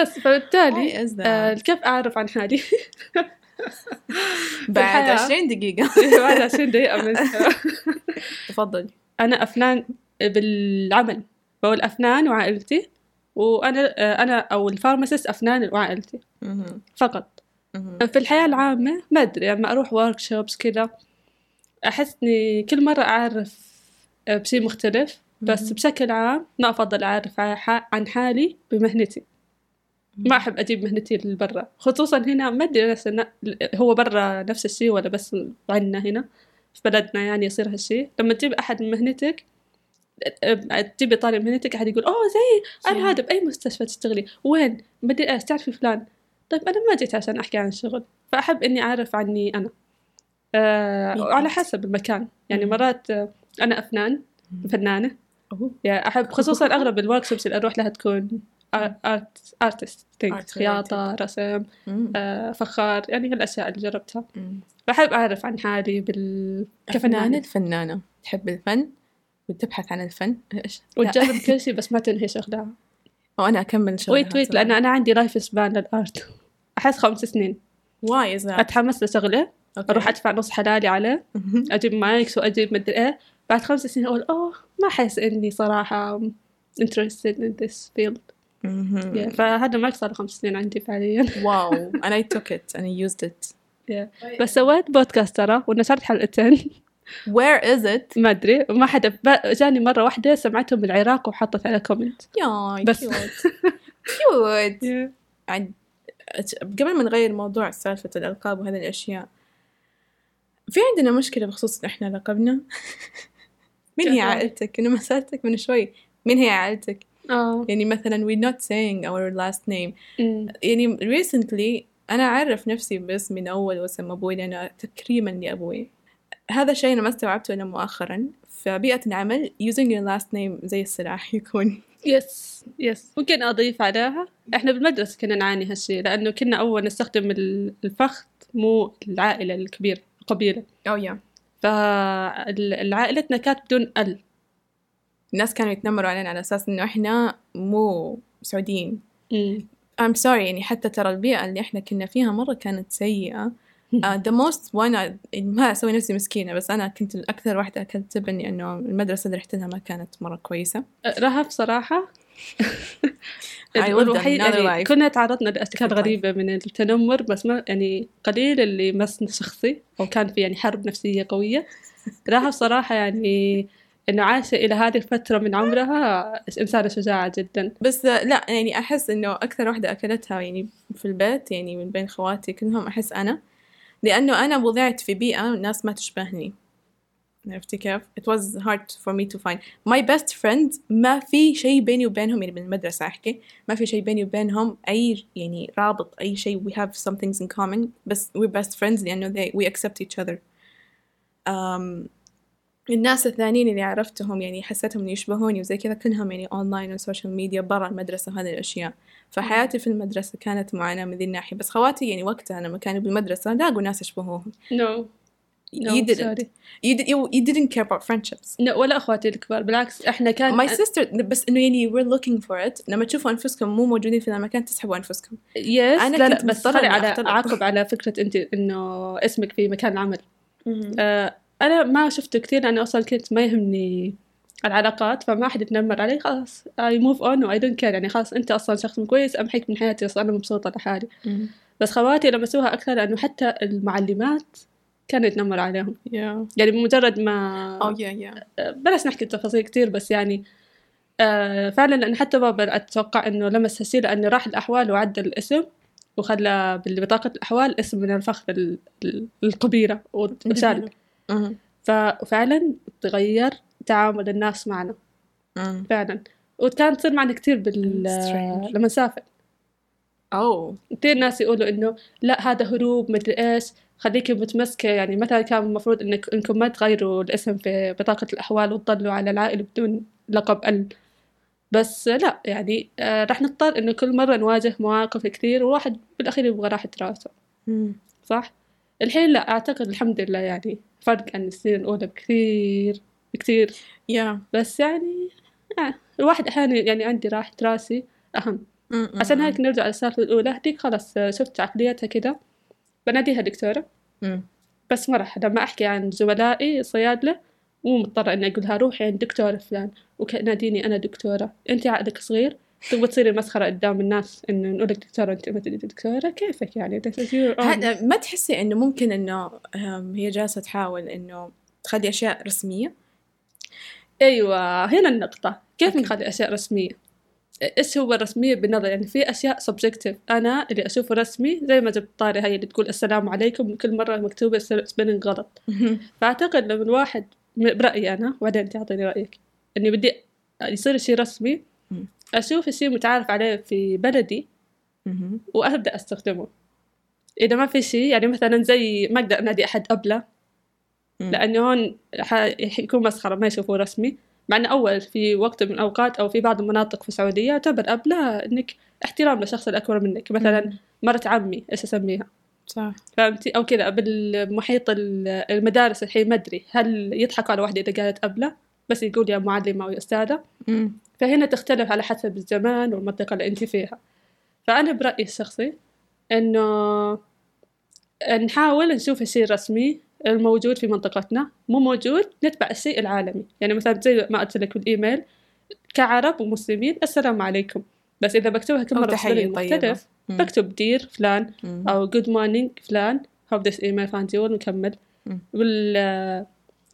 [SPEAKER 2] بس فبالتالي
[SPEAKER 1] Why is that?
[SPEAKER 2] آه، كيف اعرف عن حالي
[SPEAKER 1] بعد
[SPEAKER 2] الحياة.
[SPEAKER 1] 20 دقيقه
[SPEAKER 2] بعد 20 دقيقه من
[SPEAKER 1] تفضل
[SPEAKER 2] انا افنان بالعمل بقول افنان وعائلتي وانا انا او الفارماسيست افنان وعائلتي
[SPEAKER 1] مهم.
[SPEAKER 2] فقط
[SPEAKER 1] مهم.
[SPEAKER 2] في الحياه العامه ما ادري لما اروح ورك شوبس كذا احس اني كل مره اعرف بشيء مختلف بس
[SPEAKER 1] مهم.
[SPEAKER 2] بشكل عام ما افضل اعرف ع- ح- عن حالي بمهنتي ما احب اجيب مهنتي لبرا خصوصا هنا ما ادري نفس الن- هو برا نفس الشيء ولا بس عندنا هنا في بلدنا يعني يصير هالشيء لما تجيب احد من مهنتك أ- تجيبي طالب مهنتك احد يقول اوه زي
[SPEAKER 1] Yeah.
[SPEAKER 2] انا هذا باي مستشفى تشتغلي وين مدري ايش تعرفي فلان طيب انا ما جيت عشان احكي عن الشغل فاحب اني اعرف عني انا آه
[SPEAKER 1] Yes.
[SPEAKER 2] وعلى حسب المكان يعني
[SPEAKER 1] Mhm.
[SPEAKER 2] مرات آه، انا افنان
[SPEAKER 1] مهم.
[SPEAKER 2] فنانه
[SPEAKER 1] أوه.
[SPEAKER 2] يعني احب خصوصا اغلب الوركشوبس اللي اروح لها تكون ارت ارتست
[SPEAKER 1] Art
[SPEAKER 2] خياطه رسم
[SPEAKER 1] مم.
[SPEAKER 2] آه، فخار يعني هالاشياء اللي جربتها
[SPEAKER 1] مم.
[SPEAKER 2] فاحب اعرف عن حالي بال
[SPEAKER 1] آه، كفنانة
[SPEAKER 2] كفنانة.
[SPEAKER 1] الفنانة تحب الفن وتبحث عن الفن ايش لا.
[SPEAKER 2] وتجرب كل شيء بس ما تنهي شغلها
[SPEAKER 1] وانا اكمل شغل
[SPEAKER 2] ويت ويت لان انا عندي لايف سبان للارت احس خمس سنين
[SPEAKER 1] واي از
[SPEAKER 2] اتحمس لشغله
[SPEAKER 1] أوكي.
[SPEAKER 2] اروح ادفع نص حلالي عليه اجيب مايكس واجيب مدري ايه بعد خمس سنين اقول اوه ما احس اني صراحه interested in this field
[SPEAKER 1] مهم.
[SPEAKER 2] yeah. فهذا مايك صار له خمس سنين عندي فعليا
[SPEAKER 1] واو and I took it and I used it
[SPEAKER 2] بس سويت بودكاست ترى ونشرت حلقتين
[SPEAKER 1] where is it
[SPEAKER 2] ما ادري ما حدا ب- جاني مره واحده سمعتهم بالعراق وحطت على كومنت
[SPEAKER 1] ياي
[SPEAKER 2] بس.
[SPEAKER 1] cute cute عن- أت- قبل ما نغير موضوع سالفة الألقاب وهذه الأشياء في عندنا مشكلة بخصوص إن إحنا لقبنا مين هي
[SPEAKER 2] جميل.
[SPEAKER 1] عائلتك؟ أنا ما سألتك من شوي مين هي عائلتك؟
[SPEAKER 2] اه
[SPEAKER 1] يعني مثلا we're not saying our last name
[SPEAKER 2] أمم.
[SPEAKER 1] يعني recently أنا أعرف نفسي باسم من أول واسم أبوي لأنه تكريما لأبوي هذا الشيء أنا ما استوعبته إلا مؤخرا في بيئة العمل using your last name زي السلاح يكون
[SPEAKER 2] يس يس ممكن أضيف عليها إحنا بالمدرسة كنا نعاني هالشي لأنه كنا أول نستخدم ال- الفخذ مو العائلة الكبيرة القبيلة
[SPEAKER 1] أو يا
[SPEAKER 2] فعائلتنا كانت بدون ال
[SPEAKER 1] الناس كانوا يتنمروا علينا على أساس إنه إحنا مو سعوديين I'm sorry يعني حتى ترى البيئة اللي احنا كنا فيها مرة كانت سيئة uh, the most وانا ما اسوي نفسي مسكينة بس انا كنت الاكثر واحدة اكلت تبن لانه المدرسة اللي رحت لها ما كانت مرة كويسة
[SPEAKER 2] رهف صراحة
[SPEAKER 1] I lived
[SPEAKER 2] الوحيد
[SPEAKER 1] another
[SPEAKER 2] يعني
[SPEAKER 1] life.
[SPEAKER 2] كنا تعرضنا لأشكال
[SPEAKER 1] Different life.
[SPEAKER 2] غريبة من التنمر بس ما يعني قليل اللي مسنا شخصي أو كان في يعني حرب نفسية قوية رهف صراحة يعني إنه عايشة إلى هذه الفترة من عمرها إنسانة شجاعة جدا
[SPEAKER 1] بس uh, لا يعني احس انه اكثر واحدة اكلتها يعني في البيت يعني من بين خواتي كلهم احس انا لانه انا وضعت في بيئة ناس ما تشبهني عرفتي كيف؟ It was hard for me to find my best friend ما في شيء بيني وبينهم يعني من المدرسة أحكي ما في شيء بيني وبينهم أي يعني رابط أي شيء we have some things in common بس we're best friends لأنه they we accept each other um, الناس الثانيين اللي عرفتهم يعني حسيتهم إنه يشبهوني وزي كذا كلهم يعني اونلاين والسوشيال ميديا برا المدرسة وهذه الأشياء فحياتي في المدرسة كانت معاناة من ذي الناحية بس خواتي يعني وقتها لما كانوا بالمدرسة لاقوا ناس يشبهوهم
[SPEAKER 2] نو no,
[SPEAKER 1] you didn't
[SPEAKER 2] sorry.
[SPEAKER 1] you, did, you, you didn't care about friendships
[SPEAKER 2] لا ولا اخواتي الكبار بالعكس احنا كان
[SPEAKER 1] my sister بس انه يعني we're looking for it لما تشوفوا انفسكم مو موجودين في المكان تسحبوا انفسكم
[SPEAKER 2] يس
[SPEAKER 1] أنا
[SPEAKER 2] أنا لا,
[SPEAKER 1] كنت
[SPEAKER 2] لا بس
[SPEAKER 1] مضطرة
[SPEAKER 2] خلي
[SPEAKER 1] إني
[SPEAKER 2] على
[SPEAKER 1] أختلط.
[SPEAKER 2] اعقب على فكره انت انه اسمك في مكان العمل آه انا ما شفته كثير لاني اصلا كنت ما يهمني العلاقات فما احد يتنمر علي خلاص اي موف اون واي دونت كير يعني خلاص انت اصلا شخص كويس امحيك من حياتي بس انا مبسوطه لحالي بس خواتي لمسوها اكثر لانه حتى المعلمات كانوا يتنمروا عليهم
[SPEAKER 1] يا
[SPEAKER 2] يعني بمجرد ما
[SPEAKER 1] او يا يا
[SPEAKER 2] بلاش نحكي تفاصيل كتير بس يعني آه فعلا لأن حتى بابا أتوقع إنه لمس هالشي لأنه راح الأحوال وعدل الاسم وخلى بطاقة الأحوال اسم من الفخذ ال- ال- القبيرة وشال
[SPEAKER 1] Mm-hmm.
[SPEAKER 2] ففعلا تغير تعامل الناس معنا فعلا وكانت تصير معنا كتير بال
[SPEAKER 1] Mm-hmm. Strange. Oh.
[SPEAKER 2] لما نسافر
[SPEAKER 1] او
[SPEAKER 2] كتير ناس يقولوا إنه لا هذا هروب مدري إيش خليكي متمسكة يعني مثلا كان المفروض إنك إنكم ما تغيروا الاسم في بطاقة الأحوال وتضلوا على العائلة بدون لقب ال بس لا يعني آه، رح نضطر إنه كل مرة نواجه مواقف كثير وواحد بالأخير يبغى راحة راسه صح؟ الحين لا أعتقد الحمد لله يعني فرق عن السنين الأولى بكثير بكثير
[SPEAKER 1] يا
[SPEAKER 2] بس يعني آه الواحد أحيانا يعني عندي راحة راسي أهم عشان هيك نرجع للسالفة الأولى هديك خلاص آه، شفت عقليتها كده بناديها دكتورة
[SPEAKER 1] Mm.
[SPEAKER 2] بس مرة لما أحكي عن زملائي صيادلة مو مضطرة إني أقولها روحي عند دكتورة فلان وكناديني أنا دكتورة أنت عقلك صغير تبغى تصيري مسخرة قدام الناس إنه نقول لك دكتورة أنت ما تدري دكتورة كيفك يعني This is your own.
[SPEAKER 1] هذا ما تحسي انه ممكن انه أم، هي جالسة تحاول انه تخلي اشياء رسمية
[SPEAKER 2] أيوة هنا النقطة كيف
[SPEAKER 1] أوكي.
[SPEAKER 2] نخلي أشياء رسمية ايش هو الرسمية بالنظر يعني في اشياء subjective انا اللي اشوفه رسمي زي ما جبت طاري هاي اللي تقول السلام عليكم كل مرة مكتوبة سبيلنج غلط فأعتقد لما الواحد م- برأيي أنا وبعدين أنت أعطيني رأيك إني بدي يصير شيء رسمي
[SPEAKER 1] مم.
[SPEAKER 2] أشوف الشيء متعارف عليه في بلدي
[SPEAKER 1] مهم.
[SPEAKER 2] وأبدأ أستخدمه إذا ما في شيء يعني مثلا زي ما أقدر أنادي أحد أبلة
[SPEAKER 1] مم.
[SPEAKER 2] لأنه هون ح- حيكون مسخرة ما يشوفوه رسمي مع إنه أول في وقت من الأوقات أو في بعض المناطق في السعودية تعتبر أبلة إنك احترام للشخص الأكبر منك مثلا مرة عمي إيش أسميها
[SPEAKER 1] صح
[SPEAKER 2] فهمتي او كذا بالمحيط ال- المدارس الحين ما ادري هل يضحكوا على واحده اذا قالت ابله بس يقول يا معلمه او يا استاذه
[SPEAKER 1] مم.
[SPEAKER 2] فهنا تختلف على حسب الزمان والمنطقه اللي انت فيها فانا برايي الشخصي انه نحاول نشوف الشيء الرسمي الموجود في منطقتنا مو موجود نتبع الشيء العالمي يعني مثلا زي ما قلت لك بالإيميل كعرب ومسلمين السلام عليكم بس إذا بكتبها
[SPEAKER 1] أو
[SPEAKER 2] كلمة
[SPEAKER 1] تحية
[SPEAKER 2] رسمية
[SPEAKER 1] طيبة.
[SPEAKER 2] مختلف
[SPEAKER 1] مم.
[SPEAKER 2] بكتب دير فلان
[SPEAKER 1] مم.
[SPEAKER 2] أو جود مورنينج فلان hope this email finds you ونكمل
[SPEAKER 1] مم.
[SPEAKER 2] وال آه،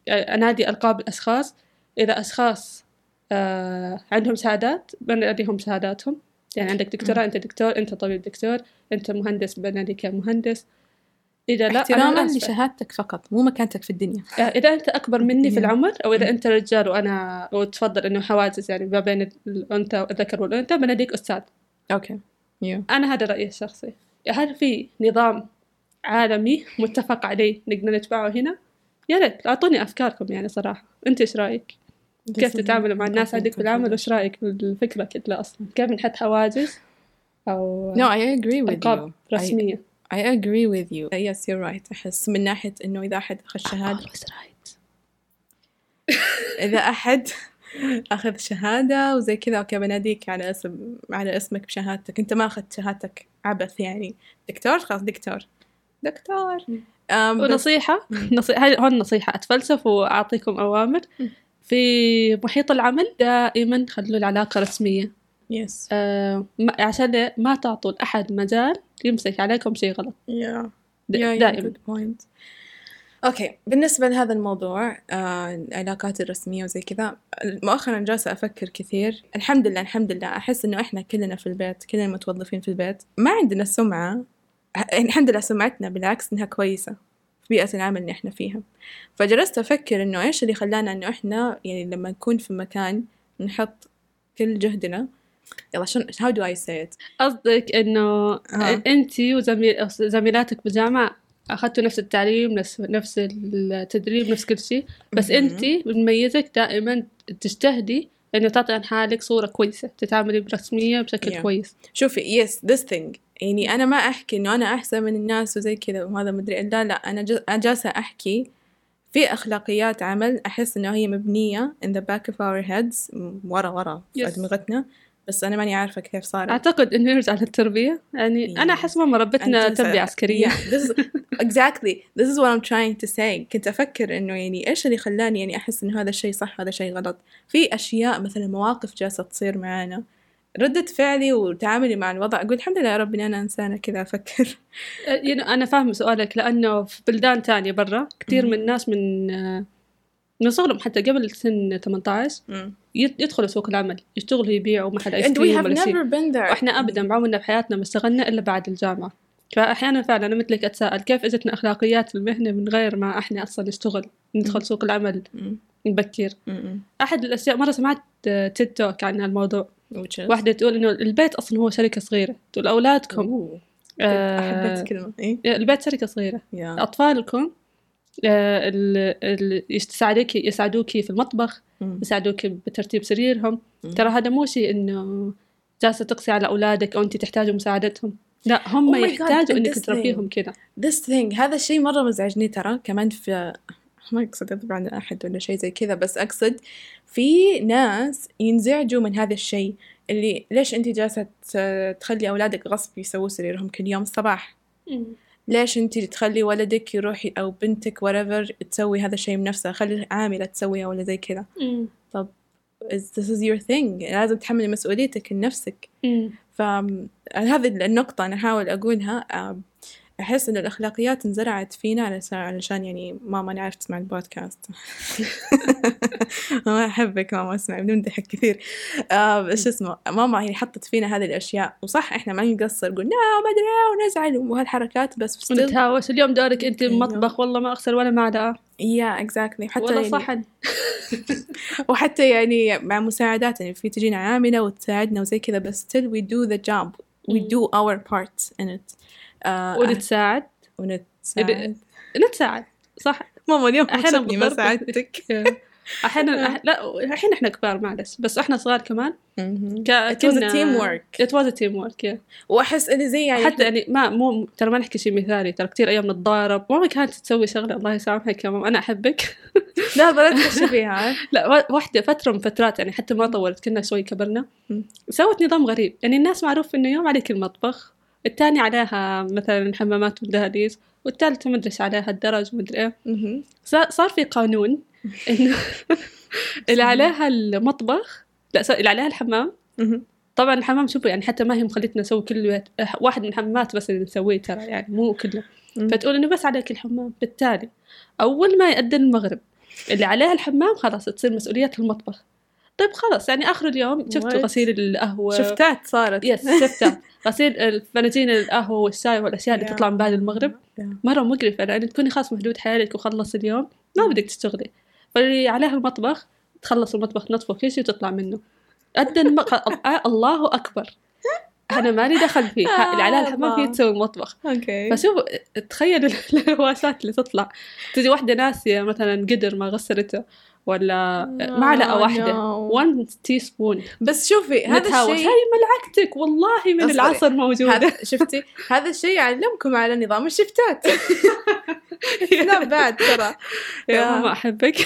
[SPEAKER 2] أنادي ألقاب الأشخاص إذا أشخاص آه عندهم شهادات بناديهم شهاداتهم يعني عندك دكتوراه أنت دكتور أنت طبيب دكتور أنت مهندس بناديك يا مهندس إذا لا أنا
[SPEAKER 1] احتراما
[SPEAKER 2] آسفة.
[SPEAKER 1] لشهادتك فقط مو مكانتك في الدنيا
[SPEAKER 2] آه، إذا أنت أكبر مني في
[SPEAKER 1] Yeah.
[SPEAKER 2] العمر أو إذا أنت رجال وأنا وتفضل إنه حواجز يعني ما بين الأنثى والذكر والأنثى بناديك أستاذ
[SPEAKER 1] اوكي يو
[SPEAKER 2] أنا هذا رأيي الشخصي هل في نظام عالمي متفق عليه نقدر نتبعه هنا؟ يا ريت أعطوني أفكاركم يعني صراحة أنت إيش رأيك؟ كيف تتعاملوا مع الناس عندك في العمل وإيش رأيك بالفكرة كده أصلا؟ كيف نحط حواجز أو
[SPEAKER 1] No, I agree with
[SPEAKER 2] ألقاب
[SPEAKER 1] you. I,
[SPEAKER 2] رسمية؟
[SPEAKER 1] I agree with you. Yes, you're right. أحس من ناحية إنه إذا أحد أخذ شهادة
[SPEAKER 2] always right.
[SPEAKER 1] إذا أحد أخذ شهادة وزي كذا أوكي بناديك على اسم على اسمك بشهادتك أنت ما أخذت شهادتك عبث يعني دكتور خلاص دكتور دكتور أم بس-
[SPEAKER 2] ونصيحة
[SPEAKER 1] Mm.
[SPEAKER 2] نصيحة هاي- هون نصيحة أتفلسف وأعطيكم أوامر
[SPEAKER 1] مم.
[SPEAKER 2] في محيط العمل دائما خلوا العلاقة رسمية
[SPEAKER 1] Yes.
[SPEAKER 2] أه ما- عشان ما تعطوا لأحد مجال يمسك عليكم شيء غلط
[SPEAKER 1] Yeah.
[SPEAKER 2] د-
[SPEAKER 1] Yeah, yeah,
[SPEAKER 2] دائما
[SPEAKER 1] good point. اوكي بالنسبة لهذا الموضوع آه، العلاقات الرسمية وزي كذا مؤخرا جالسة افكر كثير الحمد لله الحمد لله احس انه احنا كلنا في البيت كلنا متوظفين في البيت ما عندنا سمعة ه- الحمد لله سمعتنا بالعكس انها كويسة في بيئة العمل اللي احنا فيها فجلست افكر انه ايش اللي خلانا انه احنا يعني لما نكون في مكان نحط كل جهدنا يلا شنو how do I say it
[SPEAKER 2] قصدك انه
[SPEAKER 1] آه.
[SPEAKER 2] انت وزميل زميلاتك بالجامعه اخذتوا نفس التعليم نفس نفس التدريب نفس كل شيء بس
[SPEAKER 1] مهم.
[SPEAKER 2] انت بتميزك دائما تجتهدي انه تعطي عن حالك صوره كويسه تتعاملي برسميه بشكل
[SPEAKER 1] Yeah.
[SPEAKER 2] كويس
[SPEAKER 1] شوفي يس ذس ثينج يعني انا ما احكي انه انا احسن من الناس وزي كذا وهذا مدري لا لا انا جز- أنا جالسه احكي في اخلاقيات عمل احس انه هي مبنيه in the back of our heads م- ورا ورا في
[SPEAKER 2] Yes.
[SPEAKER 1] ادمغتنا بس انا ماني عارفه كيف صارت
[SPEAKER 2] اعتقد انه يرجع للتربيه يعني
[SPEAKER 1] Yeah.
[SPEAKER 2] انا احس ماما ربتنا
[SPEAKER 1] أنت-
[SPEAKER 2] تربيه عسكريه
[SPEAKER 1] Yeah, this is, exactly this is what I'm trying to say كنت أفكر إنه يعني إيش اللي خلاني يعني أحس إنه هذا الشيء صح هذا شيء غلط في أشياء مثلا مواقف جالسة تصير معانا ردة فعلي وتعاملي مع الوضع أقول الحمد لله يا رب إن أنا إنسانة كذا أفكر
[SPEAKER 2] يعني أنا فاهمة سؤالك لأنه في بلدان تانية برا كثير من الناس من من صغرهم حتى قبل سن 18 يد- يدخلوا سوق العمل يشتغلوا يبيعوا محل آيس
[SPEAKER 1] Mm. and we
[SPEAKER 2] كريم
[SPEAKER 1] have
[SPEAKER 2] ولا شيء
[SPEAKER 1] never been there
[SPEAKER 2] وإحنا أبدا بعمرنا بحياتنا ما اشتغلنا إلا بعد الجامعة فأحيانا فعلا أنا مثلك أتساءل كيف إجتنا أخلاقيات المهنة من غير ما إحنا أصلا نشتغل
[SPEAKER 1] مم.
[SPEAKER 2] ندخل سوق العمل
[SPEAKER 1] مم.
[SPEAKER 2] مبكر
[SPEAKER 1] مم.
[SPEAKER 2] أحد الأشياء مرة سمعت آه، تيد توك عن هالموضوع
[SPEAKER 1] which is
[SPEAKER 2] واحدة تقول إنه البيت أصلا هو شركة صغيرة تقول أولادكم
[SPEAKER 1] أوه.
[SPEAKER 2] آه،
[SPEAKER 1] أحبت كلمة إيه
[SPEAKER 2] البيت شركة صغيرة
[SPEAKER 1] yeah.
[SPEAKER 2] أطفالكم آه، ال- ال- يساعدوك يساعدوك في المطبخ
[SPEAKER 1] مم.
[SPEAKER 2] يساعدوك بترتيب سريرهم
[SPEAKER 1] مم.
[SPEAKER 2] ترى هذا مو شيء إنه جالسة تقسي على أولادك أو أنت تحتاجوا مساعدتهم لا هم
[SPEAKER 1] Oh my God,
[SPEAKER 2] يحتاجوا
[SPEAKER 1] and
[SPEAKER 2] إنك
[SPEAKER 1] this thing.
[SPEAKER 2] تربيهم كذا
[SPEAKER 1] this thing هذا الشيء مرة مزعجني ترى كمان في ما أقصد أضرب عن أحد ولا شيء زي كذا بس أقصد في ناس ينزعجوا من هذا الشيء اللي ليش أنت جالسة ت- تخلي أولادك غصب يسووا سريرهم كل يوم الصباح ليش أنت تخلي ولدك يروح أو بنتك whatever تسوي هذا الشيء بنفسها خلي عاملة تسويها ولا زي كذا Is- this is your thing لازم تحملي مسؤوليتك لنفسك فهذه آه، النقطة أنا أحاول أقولها آه، أحس إن الأخلاقيات انزرعت فينا علشان- علشان يعني ماما أنا عارف تسمع البودكاست ماما أحبك ماما اسمعي بنمدحك كثير آه، بس شو اسمه ماما يعني حطت فينا هذه الأشياء وصح إحنا ما نقصر قلنا ما أدري ونزعل وهالحركات بس still
[SPEAKER 2] ونتهاوش اليوم دورك أنت
[SPEAKER 1] أيوه.
[SPEAKER 2] المطبخ والله ما أغسل ولا معلقة
[SPEAKER 1] yeah exactly حتى
[SPEAKER 2] ولا
[SPEAKER 1] يعني
[SPEAKER 2] صحن
[SPEAKER 1] وحتى يعني مع مساعدات يعني في تجينا عاملة وتساعدنا وزي كذا بس still we do the job we
[SPEAKER 2] مم.
[SPEAKER 1] do our part in it آه،
[SPEAKER 2] ونتساعد
[SPEAKER 1] ونتساعد
[SPEAKER 2] نتساعد صح
[SPEAKER 1] إيه، ماما اليوم
[SPEAKER 2] أحيانا
[SPEAKER 1] مبسوطني ما
[SPEAKER 2] بالضرب.
[SPEAKER 1] ساعدتك آه.
[SPEAKER 2] احيانا أح- لا الحين احنا كبار معلش بس احنا صغار كمان
[SPEAKER 1] مهم.
[SPEAKER 2] كا-
[SPEAKER 1] Mm-hmm. It was a
[SPEAKER 2] كنا-
[SPEAKER 1] teamwork.
[SPEAKER 2] It was a teamwork yeah.
[SPEAKER 1] واحس انه زي يعني
[SPEAKER 2] حتى يعني ما مو ترى ما نحكي شيء مثالي ترى كثير ايام نتضارب ماما كانت تسوي شغله الله يسامحك يا ماما انا احبك
[SPEAKER 1] لا بلا تخشي فيها عارف؟
[SPEAKER 2] لا وا- واحده فتره من فترات يعني حتى ما طولت كنا شوي كبرنا
[SPEAKER 1] م.
[SPEAKER 2] سوت نظام غريب يعني الناس معروف انه يوم عليك المطبخ الثاني عليها مثلا حمامات والدهاليز والثالثة مدرس عليها الدرج ومدري إيه
[SPEAKER 1] مهم.
[SPEAKER 2] صا- صار في قانون إنه اللي عليها المطبخ لا صار- اللي عليها الحمام
[SPEAKER 1] مهم.
[SPEAKER 2] طبعا الحمام شوفوا يعني حتى ما هي مخلتنا نسوي كل الوقت- واحد من الحمامات بس اللي نسويه ترى يعني مو كله
[SPEAKER 1] مم.
[SPEAKER 2] فتقول انه بس عليك الحمام بالتالي اول ما يأذن المغرب اللي عليها الحمام خلاص تصير مسؤولية المطبخ طيب خلاص يعني اخر اليوم شفتوا
[SPEAKER 1] What?
[SPEAKER 2] غسيل القهوه
[SPEAKER 1] Mm-hmm. شفتات صارت
[SPEAKER 2] يس شفتها غسيل الفناجين القهوه والشاي والاشياء اللي
[SPEAKER 1] Yeah.
[SPEAKER 2] تطلع من بعد المغرب
[SPEAKER 1] Yeah.
[SPEAKER 2] مره مقرفه لان تكوني خلاص محدود حيلك وخلص اليوم ما بدك تشتغلي فاللي عليها المطبخ تخلص المطبخ تنظفه كل شيء وتطلع منه أدى الم... آه، الله اكبر انا مالي دخل فيه ها- اللي عليها الحمام هي تسوي المطبخ
[SPEAKER 1] اوكي
[SPEAKER 2] فشوف تخيل الهواسات اللي تطلع تجي واحدة ناسية مثلا قدر ما غسلته ولا معلقة واحدة
[SPEAKER 1] Oh, no.
[SPEAKER 2] 1 تي سبون
[SPEAKER 1] بس شوفي هذا
[SPEAKER 2] متهاوش
[SPEAKER 1] الشيء
[SPEAKER 2] هاي ملعقتك والله من
[SPEAKER 1] أصبري.
[SPEAKER 2] العصر موجودة
[SPEAKER 1] هذا شفتي هذا الشيء يعلمكم على نظام الشفتات لا بعد ترى
[SPEAKER 2] يا
[SPEAKER 1] آه.
[SPEAKER 2] ماما أحبك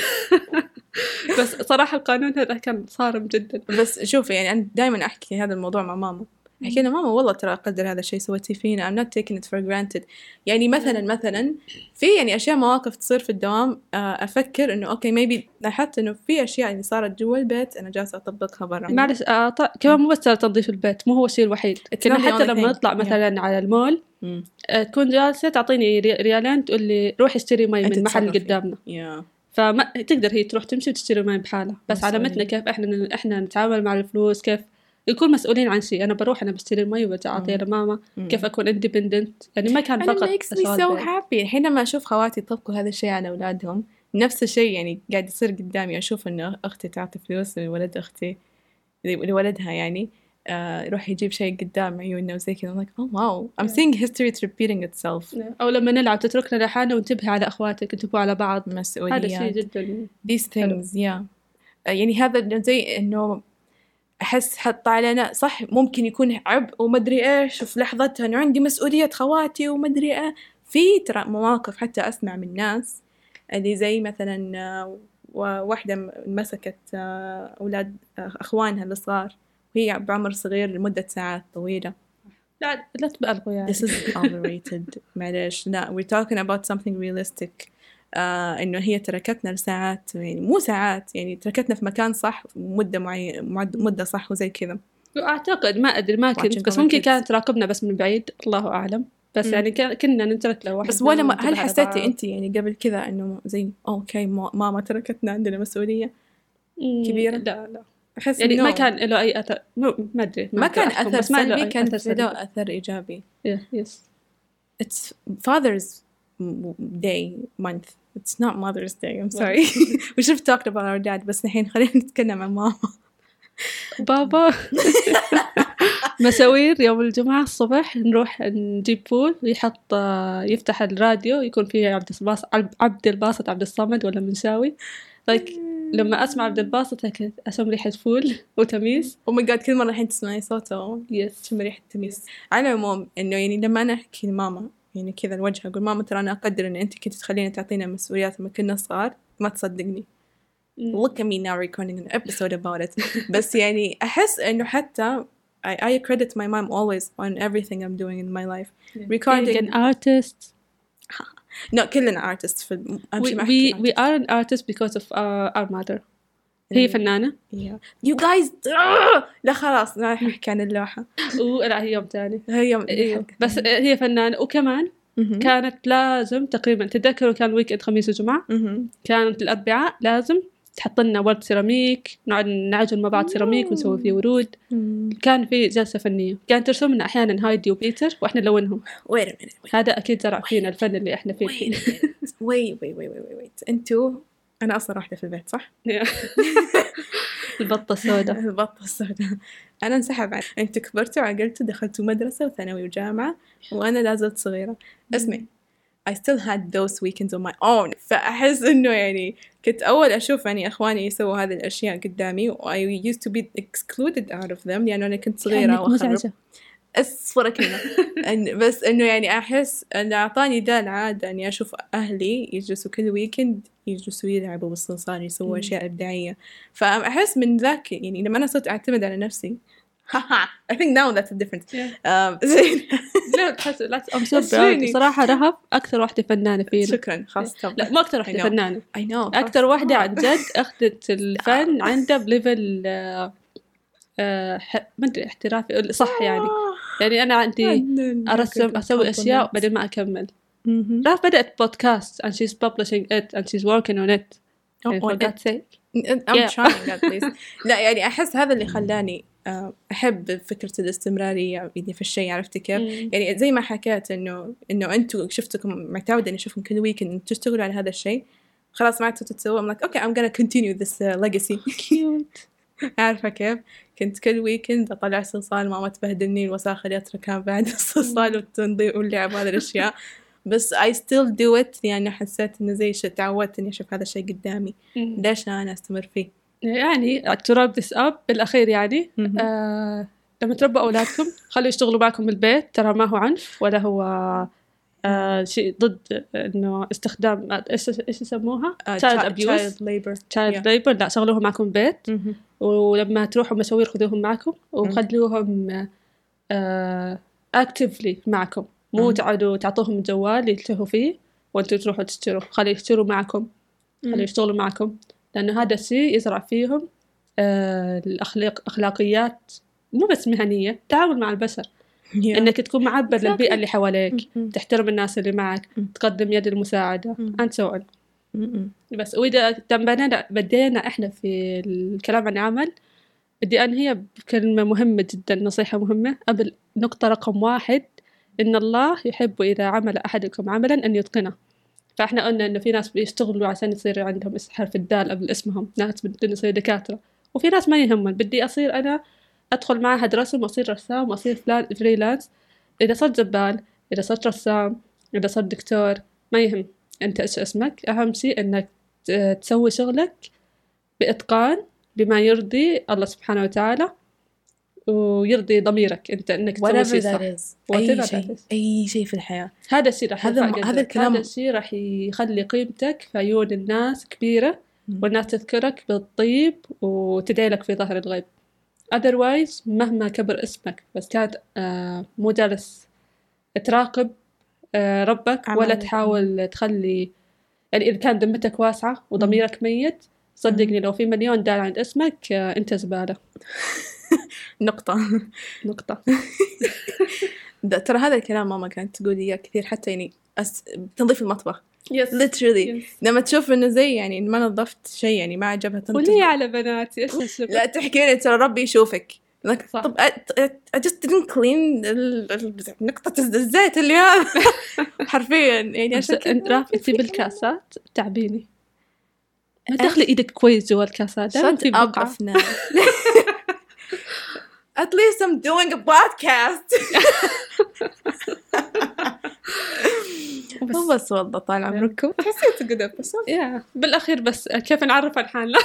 [SPEAKER 2] بس صراحة القانون هذا كان صارم جدا
[SPEAKER 1] بس شوفي يعني انا دائما احكي هذا الموضوع مع ماما احكي لها ماما والله ترى اقدر هذا الشيء سويتي فينا I'm not taking it for granted يعني مثلا مثلا في يعني اشياء مواقف تصير في الدوام آه، افكر انه اوكي maybe لاحظت انه في اشياء يعني صارت جوا البيت انا جالسه اطبقها برا
[SPEAKER 2] معلش آه ط- كمان مو بس ترى تنظيف البيت مو هو الشيء الوحيد كنا
[SPEAKER 1] not the
[SPEAKER 2] حتى
[SPEAKER 1] only
[SPEAKER 2] لما
[SPEAKER 1] thing.
[SPEAKER 2] نطلع
[SPEAKER 1] Yeah.
[SPEAKER 2] مثلا على المول
[SPEAKER 1] مم.
[SPEAKER 2] آه، تكون جالسة تعطيني ري- ريالين تقول لي روح اشتري مي
[SPEAKER 1] أنت
[SPEAKER 2] من محل
[SPEAKER 1] تصرفي.
[SPEAKER 2] قدامنا
[SPEAKER 1] يا
[SPEAKER 2] فما تقدر هي تروح تمشي وتشتري ماي بحالها بس
[SPEAKER 1] مسؤولية.
[SPEAKER 2] علمتنا كيف احنا احنا نتعامل مع الفلوس كيف نكون مسؤولين عن شيء انا بروح انا بشتري المي وبرجع اعطيها لماما كيف اكون اندبندنت يعني ما كان فقط
[SPEAKER 1] انا ميكس مي
[SPEAKER 2] أشغال
[SPEAKER 1] سو
[SPEAKER 2] بيت.
[SPEAKER 1] هابي حينما اشوف خواتي يطبقوا هذا الشيء على اولادهم نفس الشيء يعني قاعد يصير قدامي اشوف انه اختي تعطي فلوس لولد اختي لولدها يعني آه يروح يجيب شيء قدام عيوننا وزي كذا I'm like oh wow I'm
[SPEAKER 2] Yeah.
[SPEAKER 1] seeing history it's repeating itself
[SPEAKER 2] او نعم. لما نلعب تتركنا لحالنا وانتبهي على اخواتك انتبهوا على بعض هذا شيء
[SPEAKER 1] مسؤوليات
[SPEAKER 2] جدا
[SPEAKER 1] these
[SPEAKER 2] حلو.
[SPEAKER 1] things yeah آه، يعني هذا إنه زي انه احس حط علينا صح ممكن يكون عبء ومدري ايش وفي لحظتها انه عندي مسؤوليه خواتي ومدري ايه في ترى مواقف حتى اسمع من ناس اللي زي مثلا آه، و- واحده م- مسكت آه، اولاد آه، اخوانها الصغار وهي بعمر صغير لمده ساعات طويله
[SPEAKER 2] لا لا تبالغوا يعني
[SPEAKER 1] This is overrated معليش لا we're talking about something realistic آه إنه هي تركتنا لساعات يعني مو ساعات يعني تركتنا في مكان صح مدة معينة مدة صح وزي كذا
[SPEAKER 2] اعتقد ما ادري ما
[SPEAKER 1] Watching
[SPEAKER 2] كنت بس
[SPEAKER 1] other
[SPEAKER 2] ممكن
[SPEAKER 1] kids.
[SPEAKER 2] كانت تراقبنا بس من بعيد الله اعلم بس
[SPEAKER 1] مم.
[SPEAKER 2] يعني كان- كنا نترك لوحدنا
[SPEAKER 1] بس ولا ما
[SPEAKER 2] وننتبه
[SPEAKER 1] هل
[SPEAKER 2] على بعض.
[SPEAKER 1] حسيتي أنت يعني قبل كذا إنه زي أوكي ما- ماما تركتنا عندنا مسؤولية
[SPEAKER 2] مم،
[SPEAKER 1] كبيرة؟
[SPEAKER 2] لا لا
[SPEAKER 1] أحس
[SPEAKER 2] يعني ما
[SPEAKER 1] no.
[SPEAKER 2] كان له اي اثر مو- ما ادري
[SPEAKER 1] ما كان
[SPEAKER 2] أقدر أحكم،
[SPEAKER 1] أثر
[SPEAKER 2] بس ما له
[SPEAKER 1] سلبي
[SPEAKER 2] أي
[SPEAKER 1] كان في
[SPEAKER 2] أثر سلبي.
[SPEAKER 1] له أثر إيجابي
[SPEAKER 2] Yeah, yes.
[SPEAKER 1] it's Father's Day month. It's not Mother's Day. I'm sorry. we should have talked about our dad. بس الحين خلينا نتكلم عن ماما.
[SPEAKER 2] بابا مساوير يوم الجمعة الصبح نروح نجيب فول ويحط آه، يفتح الراديو يكون فيه عبد الباسط عب- عبد الباسط عبد الصمد ولا منشاوي like لما أسمع عبد الباسط هيك أشم ريحة فول وتميس
[SPEAKER 1] او ماي جاد Oh كل مره الحين تسمعي صوته
[SPEAKER 2] يس
[SPEAKER 1] تشم ريحه التميس على العموم انه يعني لما انا احكي لماما يعني كذا الوجه اقول ماما ترى انا اقدر ان انت كنت تخلينا تعطينا مسؤوليات لما كنا صغار ما تصدقني look at me now recording an episode about it بس يعني احس انه حتى I, I credit my mom always on everything I'm doing in my life. recording.
[SPEAKER 2] an artist
[SPEAKER 1] No, كلنا artists في الم- أهم
[SPEAKER 2] we,
[SPEAKER 1] شيء ما
[SPEAKER 2] we,
[SPEAKER 1] أحكي
[SPEAKER 2] we are an artist because of our, our mother هي فنانة
[SPEAKER 1] Yeah. You guys آه! لا خلاص ما أحكي عن اللوحة
[SPEAKER 2] ولا هي يوم تاني
[SPEAKER 1] هي يوم
[SPEAKER 2] إيوه. بس هي فنانة وكمان
[SPEAKER 1] مهم.
[SPEAKER 2] كانت لازم تقريبا تتذكروا كان ويكند خميس وجمعة
[SPEAKER 1] مهم.
[SPEAKER 2] كانت الأربعاء لازم تحط لنا ورد سيراميك نقعد نعجن مع بعض سيراميك ونسوي فيه ورود
[SPEAKER 1] مهم.
[SPEAKER 2] كان في جلسة فنية كانت ترسم لنا أحيانا هايدي وبيتر وإحنا نلونهم
[SPEAKER 1] Wait a minute.
[SPEAKER 2] هذا أكيد زرع فينا الفن اللي إحنا فيه الحين
[SPEAKER 1] wait, wait, wait, wait, wait, wait. انتو انا اصغر واحده في البيت صح؟
[SPEAKER 2] البطة السوداء
[SPEAKER 1] البطه السوداء انا انسحب عن انتو كبرتوا وعقلتوا دخلتوا مدرسه وثانوي وجامعه وانا لا زلت صغيره اسمعي I still had those weekends on my own فأحس إنه يعني كنت أول أشوف يعني إخواني يسووا هذه الأشياء قدامي I used to be excluded out of them لأنه أنا كنت صغيرة
[SPEAKER 2] كانت
[SPEAKER 1] وأخرب
[SPEAKER 2] مزعجة
[SPEAKER 1] اصفر كلمة إن- بس انه يعني احس اللي اعطاني ده العادة اني اشوف اهلي يجلسوا كل ويكند يجلسوا يلعبوا بالصنصار يسووا
[SPEAKER 2] مم.
[SPEAKER 1] اشياء ابداعية فاحس من ذاك يعني لما انا صرت اعتمد على نفسي I think now that's the difference
[SPEAKER 2] Yeah.
[SPEAKER 1] آم، زين
[SPEAKER 2] لا تحس لا ام
[SPEAKER 1] تسليني.
[SPEAKER 2] صراحه رهف اكثر واحده فنانه فينا
[SPEAKER 1] شكرا خلاص طب
[SPEAKER 2] لا مو اكثر واحده
[SPEAKER 1] I know.
[SPEAKER 2] فنانه
[SPEAKER 1] I know
[SPEAKER 2] اكثر
[SPEAKER 1] خلاص. آه.
[SPEAKER 2] واحده عن جد اخذت الفن عندها بليفل آه، آه، ح- ما ادري احترافي صح
[SPEAKER 1] آه،
[SPEAKER 2] يعني يعني انا
[SPEAKER 1] طيب،
[SPEAKER 2] عندي
[SPEAKER 1] عدل.
[SPEAKER 2] ارسم اسوي اشياء
[SPEAKER 1] Compliments.
[SPEAKER 2] وبعدين ما اكمل
[SPEAKER 1] مهم.
[SPEAKER 2] راح بدات بودكاست and she's publishing it and she's working on it
[SPEAKER 1] Oh,
[SPEAKER 2] يعني
[SPEAKER 1] oh,
[SPEAKER 2] for God's sake
[SPEAKER 1] I'm
[SPEAKER 2] Yeah.
[SPEAKER 1] trying at least لا يعني أحس هذا اللي خلاني آه، أحب فكرة الاستمرارية يعني في الشيء عرفتي كيف؟ يعني زي ما حكيت إنه إنه أنتم شفتكم معتودة إني أشوفكم كل ويكند تشتغلوا على هذا الشيء خلاص ما عاد تسووا I'm like okay I'm gonna continue this uh, legacy
[SPEAKER 2] كيوت
[SPEAKER 1] عارفة كيف؟ كنت كل ويكند أطلع صلصال ماما تبهدلني الوساخة اللي أتركها بعد الصلصال والتنظيف واللعب هذه الأشياء بس I still do it لأنه حسيت إنه زي شيء تعودت إني أشوف هذا الشيء قدامي ليش أنا أستمر فيه؟
[SPEAKER 2] Mm, يعني to wrap this up بالأخير يعني
[SPEAKER 1] مهم.
[SPEAKER 2] آه لما تربوا أولادكم خلوا يشتغلوا معكم بالبيت ترى ما هو عنف ولا هو آه شيء ضد إنه استخدام إيش إيش يسموها؟
[SPEAKER 1] آه،
[SPEAKER 2] child
[SPEAKER 1] chi-
[SPEAKER 2] abuse
[SPEAKER 1] child labor
[SPEAKER 2] child
[SPEAKER 1] yeah. Mm.
[SPEAKER 2] labor لا شغلوهم معكم بالبيت
[SPEAKER 1] مهم.
[SPEAKER 2] ولما تروحوا مشاوير خذوهم
[SPEAKER 1] Mm.
[SPEAKER 2] معكم وخلوهم آه actively معكم مو
[SPEAKER 1] مم.
[SPEAKER 2] تقعدوا تعطوهم الجوال يتلهوا فيه وانتوا تروحوا تشتروا خليه يشتروا معكم
[SPEAKER 1] Mm.
[SPEAKER 2] خليه يشتغلوا معكم لأنه هذا الشيء يزرع فيهم آه الأخلاق أخلاقيات مو بس مهنية التعامل مع البشر
[SPEAKER 1] Yeah.
[SPEAKER 2] إنك تكون معبر
[SPEAKER 1] Exactly. Mm.
[SPEAKER 2] للبيئة اللي حواليك
[SPEAKER 1] مهم.
[SPEAKER 2] تحترم الناس اللي معك
[SPEAKER 1] مم.
[SPEAKER 2] تقدم يد المساعدة
[SPEAKER 1] مم.
[SPEAKER 2] and so on
[SPEAKER 1] مهم.
[SPEAKER 2] بس وإذا بدينا بدينا إحنا في الكلام عن العمل بدي أنهي بكلمة مهمة جدا نصيحة مهمة قبل نقطة رقم واحد إن الله يحب إذا عمل أحدكم عملا أن يتقنه فإحنا قلنا إنه في ناس بيشتغلوا عشان يصير عندهم اس- حرف الدال قبل اسمهم ناس بدهم يصيروا دكاترة وفي ناس ما يهمهم بدي أصير أنا أدخل معهد رسم وأصير رسام وأصير فلان فريلانس إذا صرت زبال إذا صرت رسام إذا صرت دكتور ما يهم أنت إيش اسمك أهم شيء إنك ت- تسوي شغلك بإتقان بما يرضي الله سبحانه وتعالى ويرضي ضميرك أنت إنك تسوي
[SPEAKER 1] Whatever
[SPEAKER 2] شيء
[SPEAKER 1] that
[SPEAKER 2] صح
[SPEAKER 1] is أي
[SPEAKER 2] Whatever
[SPEAKER 1] شيء
[SPEAKER 2] that is.
[SPEAKER 1] أي شيء في الحياة
[SPEAKER 2] هذا الشيء راح
[SPEAKER 1] هذا-
[SPEAKER 2] يرفع قدرك.
[SPEAKER 1] هذا الكلام-
[SPEAKER 2] هذا الشيء راح يخلي قيمتك في عيون الناس كبيرة
[SPEAKER 1] مم.
[SPEAKER 2] والناس تذكرك بالطيب وتدعي لك في ظهر الغيب otherwise مهما كبر اسمك بس كانت آه، مو جالس تراقب آه، ربك ولا
[SPEAKER 1] أعمالك.
[SPEAKER 2] تحاول تخلي يعني إذا كان ذمتك واسعة وضميرك ميت صدقني لو في مليون دال عند اسمك آه، أنت زبالة
[SPEAKER 1] نقطة
[SPEAKER 2] نقطة
[SPEAKER 1] ده- ترى هذا الكلام ماما كانت تقول لي إياه كثير حتى يعني أس... تنظيف المطبخ
[SPEAKER 2] يس
[SPEAKER 1] literally لما تشوف انه زي يعني إن ما نظفت شيء يعني ما عجبها تنظف
[SPEAKER 2] وليه على بناتي إيش هالشغل؟
[SPEAKER 1] لا تحكي لي ترى ربي يشوفك لك
[SPEAKER 2] صح.
[SPEAKER 1] طب اجست didn't clean ال- ال- نقطة الزيت اللي هذا حرفيا يعني عشان كذا
[SPEAKER 2] انت راح تجيب الكاسات تعبيني ما تدخلي ايدك كويس جوا الكاسات دائما
[SPEAKER 1] Shut
[SPEAKER 2] في
[SPEAKER 1] up
[SPEAKER 2] بقعه
[SPEAKER 1] Afnan. At least I'm doing a podcast.
[SPEAKER 2] بس
[SPEAKER 1] بس والله طال عمركم حسيت كذا بس
[SPEAKER 2] يا بالاخير بس كيف نعرف عن حالنا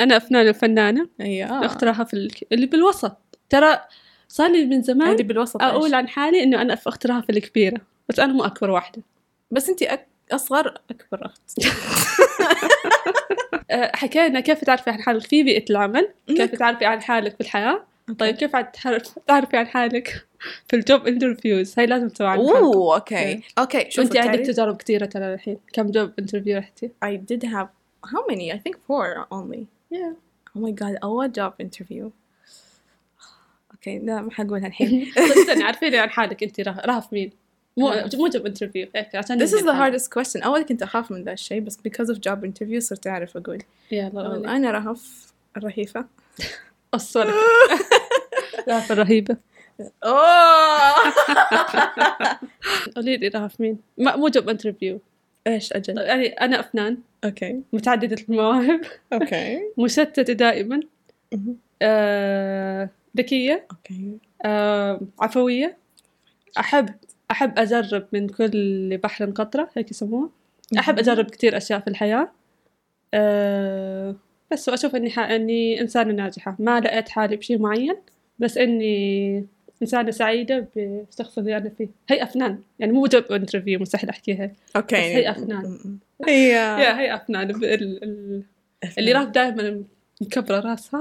[SPEAKER 2] انا افنان الفنانه اخت
[SPEAKER 1] ايوه
[SPEAKER 2] رهف الك- اللي بالوسط ترى صار لي من زمان
[SPEAKER 1] عندي بالوسط
[SPEAKER 2] اقول
[SPEAKER 1] إيش؟
[SPEAKER 2] عن حالي انه انا في اخت رهف الكبيره بس انا مو اكبر واحده
[SPEAKER 1] بس انت أك... اصغر اكبر اخت
[SPEAKER 2] أه، حكينا كيف تعرفي عن حالك في بيئه العمل كيف
[SPEAKER 1] أوكي.
[SPEAKER 2] تعرفي عن حالك في الحياه طيب كيف عاد تعرف- تعرفي عن حالك في الجوب انترفيوز هاي لازم تسوي عنها
[SPEAKER 1] اوه اوكي اوكي شوف
[SPEAKER 2] انت عندك تجارب كثيره ترى الحين كم جوب انترفيو رحتي
[SPEAKER 1] I did have how many? I think four only.
[SPEAKER 2] Yeah.
[SPEAKER 1] Oh my god, أول job interview. اوكي لا ما حقولها الحين.
[SPEAKER 2] استني عارفيني عن يعني حالك انت راه- رهف مين مو
[SPEAKER 1] رهف.
[SPEAKER 2] مو جوب انترفيو هيك عشان
[SPEAKER 1] نعم. This is
[SPEAKER 2] نعرف
[SPEAKER 1] the
[SPEAKER 2] حالك.
[SPEAKER 1] hardest question. أول كنت أخاف من ذا الشيء بس because of job interview صرت أعرف أقول.
[SPEAKER 2] يلا Oh, قولي.
[SPEAKER 1] أنا رهف الرهيفة.
[SPEAKER 2] الصورة رهف الرهيبه
[SPEAKER 1] أوه
[SPEAKER 2] قولي لي رهف مين ما مو جوب انترفيو
[SPEAKER 1] إيش أجل؟
[SPEAKER 2] يعني انا افنان
[SPEAKER 1] اوكي
[SPEAKER 2] متعدده المواهب
[SPEAKER 1] اوكي
[SPEAKER 2] مشتته دائما
[SPEAKER 1] مهم.
[SPEAKER 2] آه، ذكيه
[SPEAKER 1] اوكي
[SPEAKER 2] آه، عفويه احب احب اجرب من كل بحر قطره هيك يسموها أحب أجرب كتير أشياء في الحياة أه بس وأشوف إني ح... إني إنسانة ناجحة ما لقيت حالي بشيء معين بس إني إنسانة سعيدة بالشخص اللي أنا فيه هي أفنان يعني مو جوب انترفيو مستحيل أحكيها آه.
[SPEAKER 1] اوكي
[SPEAKER 2] بس هي أفنان.
[SPEAKER 1] هي
[SPEAKER 2] يا هي أفنان ب- ال... ال... اللي راح دائما مكبرة راسها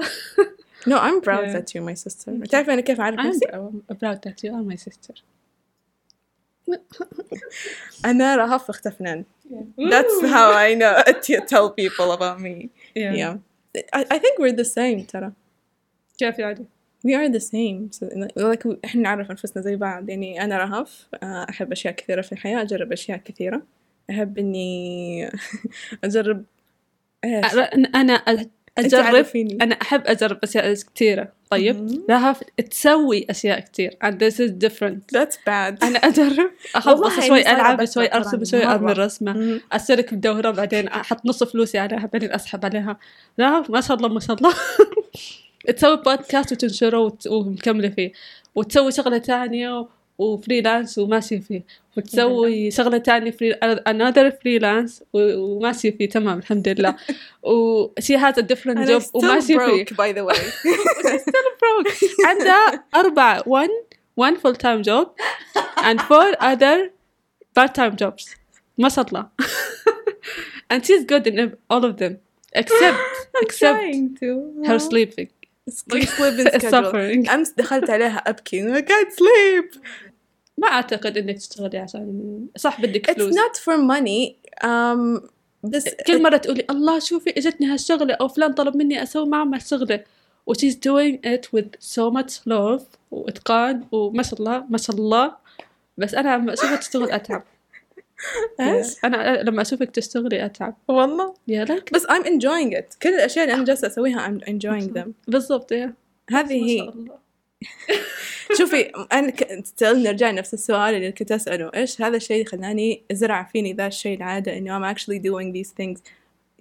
[SPEAKER 1] No, I'm proud
[SPEAKER 2] Yeah.
[SPEAKER 1] that you're my sister. بتعرفي أنا كيف أعرف
[SPEAKER 2] I'm
[SPEAKER 1] نفسي؟
[SPEAKER 2] proud that you are my sister
[SPEAKER 1] أنا رهف اختفنان. That's how I know to tell people about me.
[SPEAKER 2] Yeah.
[SPEAKER 1] Yeah. I, I think we're the same ترى.
[SPEAKER 2] كيف يعني؟
[SPEAKER 1] We are the same. So, like, احنا نعرف انفسنا زي بعض يعني انا رهف آه، احب اشياء كثيرة في الحياة اجرب اشياء كثيرة احب اني اجرب ايش
[SPEAKER 2] أنا
[SPEAKER 1] أنت
[SPEAKER 2] أجرب
[SPEAKER 1] عارفيني.
[SPEAKER 2] أنا أحب أجرب أشياء كثيرة طيب لها تسوي أشياء كثير and this is different
[SPEAKER 1] That's bad
[SPEAKER 2] أنا أجرب
[SPEAKER 1] والله
[SPEAKER 2] أخلص
[SPEAKER 1] إني
[SPEAKER 2] شوي
[SPEAKER 1] صايرة
[SPEAKER 2] ألعب
[SPEAKER 1] بس
[SPEAKER 2] شوي
[SPEAKER 1] ترى يعني
[SPEAKER 2] أرسم شوي أرمي
[SPEAKER 1] مرة.
[SPEAKER 2] الرسمة
[SPEAKER 1] مم.
[SPEAKER 2] أشترك بدورة بعدين أحط نص فلوسي عليها بعدين أسحب عليها لا ما شاء الله ما شاء الله تسوي بودكاست وتنشره وت- ومكملة فيه وتسوي شغلة تانية و- وفريلانس وماشي فيه وتسوي شغلة تانية فري another فريلانس و- وماشي فيه تمام الحمد لله وشي هذا different
[SPEAKER 1] انا
[SPEAKER 2] job
[SPEAKER 1] still
[SPEAKER 2] وماشي فيه
[SPEAKER 1] broke by the way
[SPEAKER 2] بروك عندها أربع one one full time job and four other part time jobs ما شاء الله and she's good in all of them except except
[SPEAKER 1] trying to
[SPEAKER 2] her sleeping
[SPEAKER 1] sleep sleep and
[SPEAKER 2] suffering.
[SPEAKER 1] schedule امس دخلت عليها ابكي I can't sleep
[SPEAKER 2] ما أعتقد إنك تشتغلي عشان صح بدك
[SPEAKER 1] it's
[SPEAKER 2] فلوس
[SPEAKER 1] not for money um بس
[SPEAKER 2] كل مرة تقولي الله شوفي اجتني هالشغلة أو فلان طلب مني أسوي معه هالشغلة و she's doing it with so much love وإتقان وما شاء الله ما شاء الله بس أنا لما أشوفها تشتغل أتعب
[SPEAKER 1] ايش
[SPEAKER 2] أنا لما أشوفك تشتغلي أتعب
[SPEAKER 1] والله
[SPEAKER 2] يا لك
[SPEAKER 1] بس I'm enjoying it كل الاشياء اللي انا جالسه اسويها I'm enjoying them
[SPEAKER 2] بالضبط يا
[SPEAKER 1] هذه
[SPEAKER 2] ما
[SPEAKER 1] هي
[SPEAKER 2] شاء الله
[SPEAKER 1] شوفي انا ك- still نرجع نفس السؤال اللي كنت اساله ايش هذا الشيء اللي خلاني زرع فيني ذا الشيء العاده انه I'm actually doing these things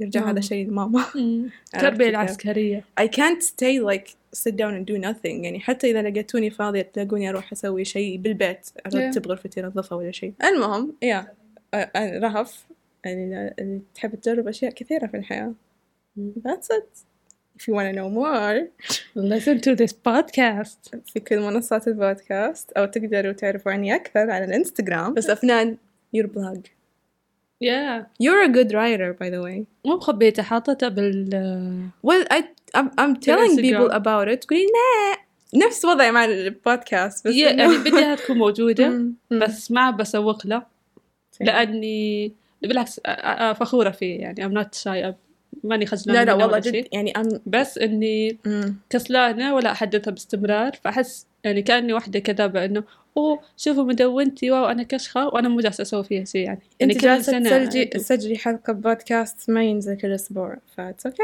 [SPEAKER 1] يرجع
[SPEAKER 2] ماما.
[SPEAKER 1] هذا الشيء لماما عرفت
[SPEAKER 2] التربية
[SPEAKER 1] كيف؟
[SPEAKER 2] العسكرية
[SPEAKER 1] I can't stay like sit down and do nothing يعني حتى إذا لقيتوني فاضية تلاقوني أروح أسوي شيء بالبيت أرتب غرفتي أنظفها ولا شيء المهم يا أ- أ- رهف يعني اللي تحب تجرب أشياء كثيرة في الحياة that's it if you want to know more
[SPEAKER 2] listen to this podcast
[SPEAKER 1] في كل منصات البودكاست أو تقدروا تعرفوا عني أكثر على الإنستغرام بس أفنان your blog
[SPEAKER 2] يا
[SPEAKER 1] you're a good writer by the way
[SPEAKER 2] مو مخبيته حاطته بال
[SPEAKER 1] Well, I, I'm, I'm telling people
[SPEAKER 2] الانستغرام.
[SPEAKER 1] about it تقولي لا نفس وضعي مع البودكاست بس
[SPEAKER 2] يا-
[SPEAKER 1] إنه-
[SPEAKER 2] يعني بديها تكون موجودة
[SPEAKER 1] مم.
[SPEAKER 2] بس ما بسوق له لأني بالعكس أ- أ- فخورة فيه يعني I'm not shy I'm- ماني خجلانة
[SPEAKER 1] لا لا
[SPEAKER 2] منه
[SPEAKER 1] والله
[SPEAKER 2] ولا شيء.
[SPEAKER 1] جد يعني أم
[SPEAKER 2] بس إني كسلانة ولا أحدثها باستمرار فأحس يعني كأني واحدة كذابة إنه أوه شوفوا مدونتي واو أنا كشخة وأنا مو جالسة أسوي فيها شيء يعني يعني
[SPEAKER 1] أنت
[SPEAKER 2] كل
[SPEAKER 1] جالسة
[SPEAKER 2] سنة
[SPEAKER 1] تسجلي
[SPEAKER 2] أدوب.
[SPEAKER 1] تسجلي حلقة بودكاست ما ينزل كل أسبوع فاتس أوكي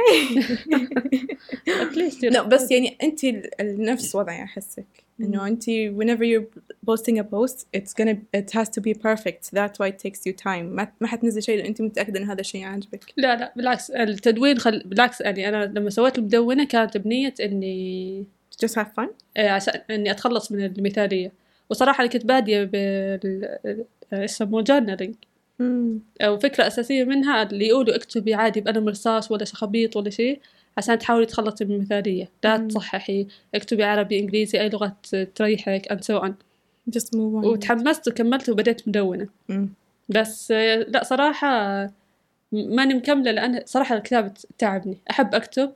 [SPEAKER 2] ليش
[SPEAKER 1] لا بس يعني أنت ال- نفس وضعي يعني أحسك إنه أنت whenever you're posting a post it's gonna it has to be perfect that's why it takes you time ما ما حتنزل شيء لو أنت متأكدة إن هذا الشيء عاجبك
[SPEAKER 2] لا لا بالعكس التدوين خل... بالعكس يعني انا لما سويت المدونه كانت بنيه اني
[SPEAKER 1] just have fun
[SPEAKER 2] آه، عشان اني اتخلص من المثاليه وصراحه انا كنت باديه بال آه، ايش يسموه جرنالينج وفكرة أساسية منها اللي يقولوا اكتبي عادي بقلم رصاص ولا خبيط ولا شيء عشان تحاولي تخلصي من المثالية لا
[SPEAKER 1] مم.
[SPEAKER 2] تصححي اكتبي عربي إنجليزي أي لغة تريحك and so on
[SPEAKER 1] just move on
[SPEAKER 2] وتحمست وكملت وبدأت مدونة
[SPEAKER 1] مم.
[SPEAKER 2] بس آه، لا صراحة آه، ماني مكملة لأن صراحة الكتابة تعبني أحب أكتب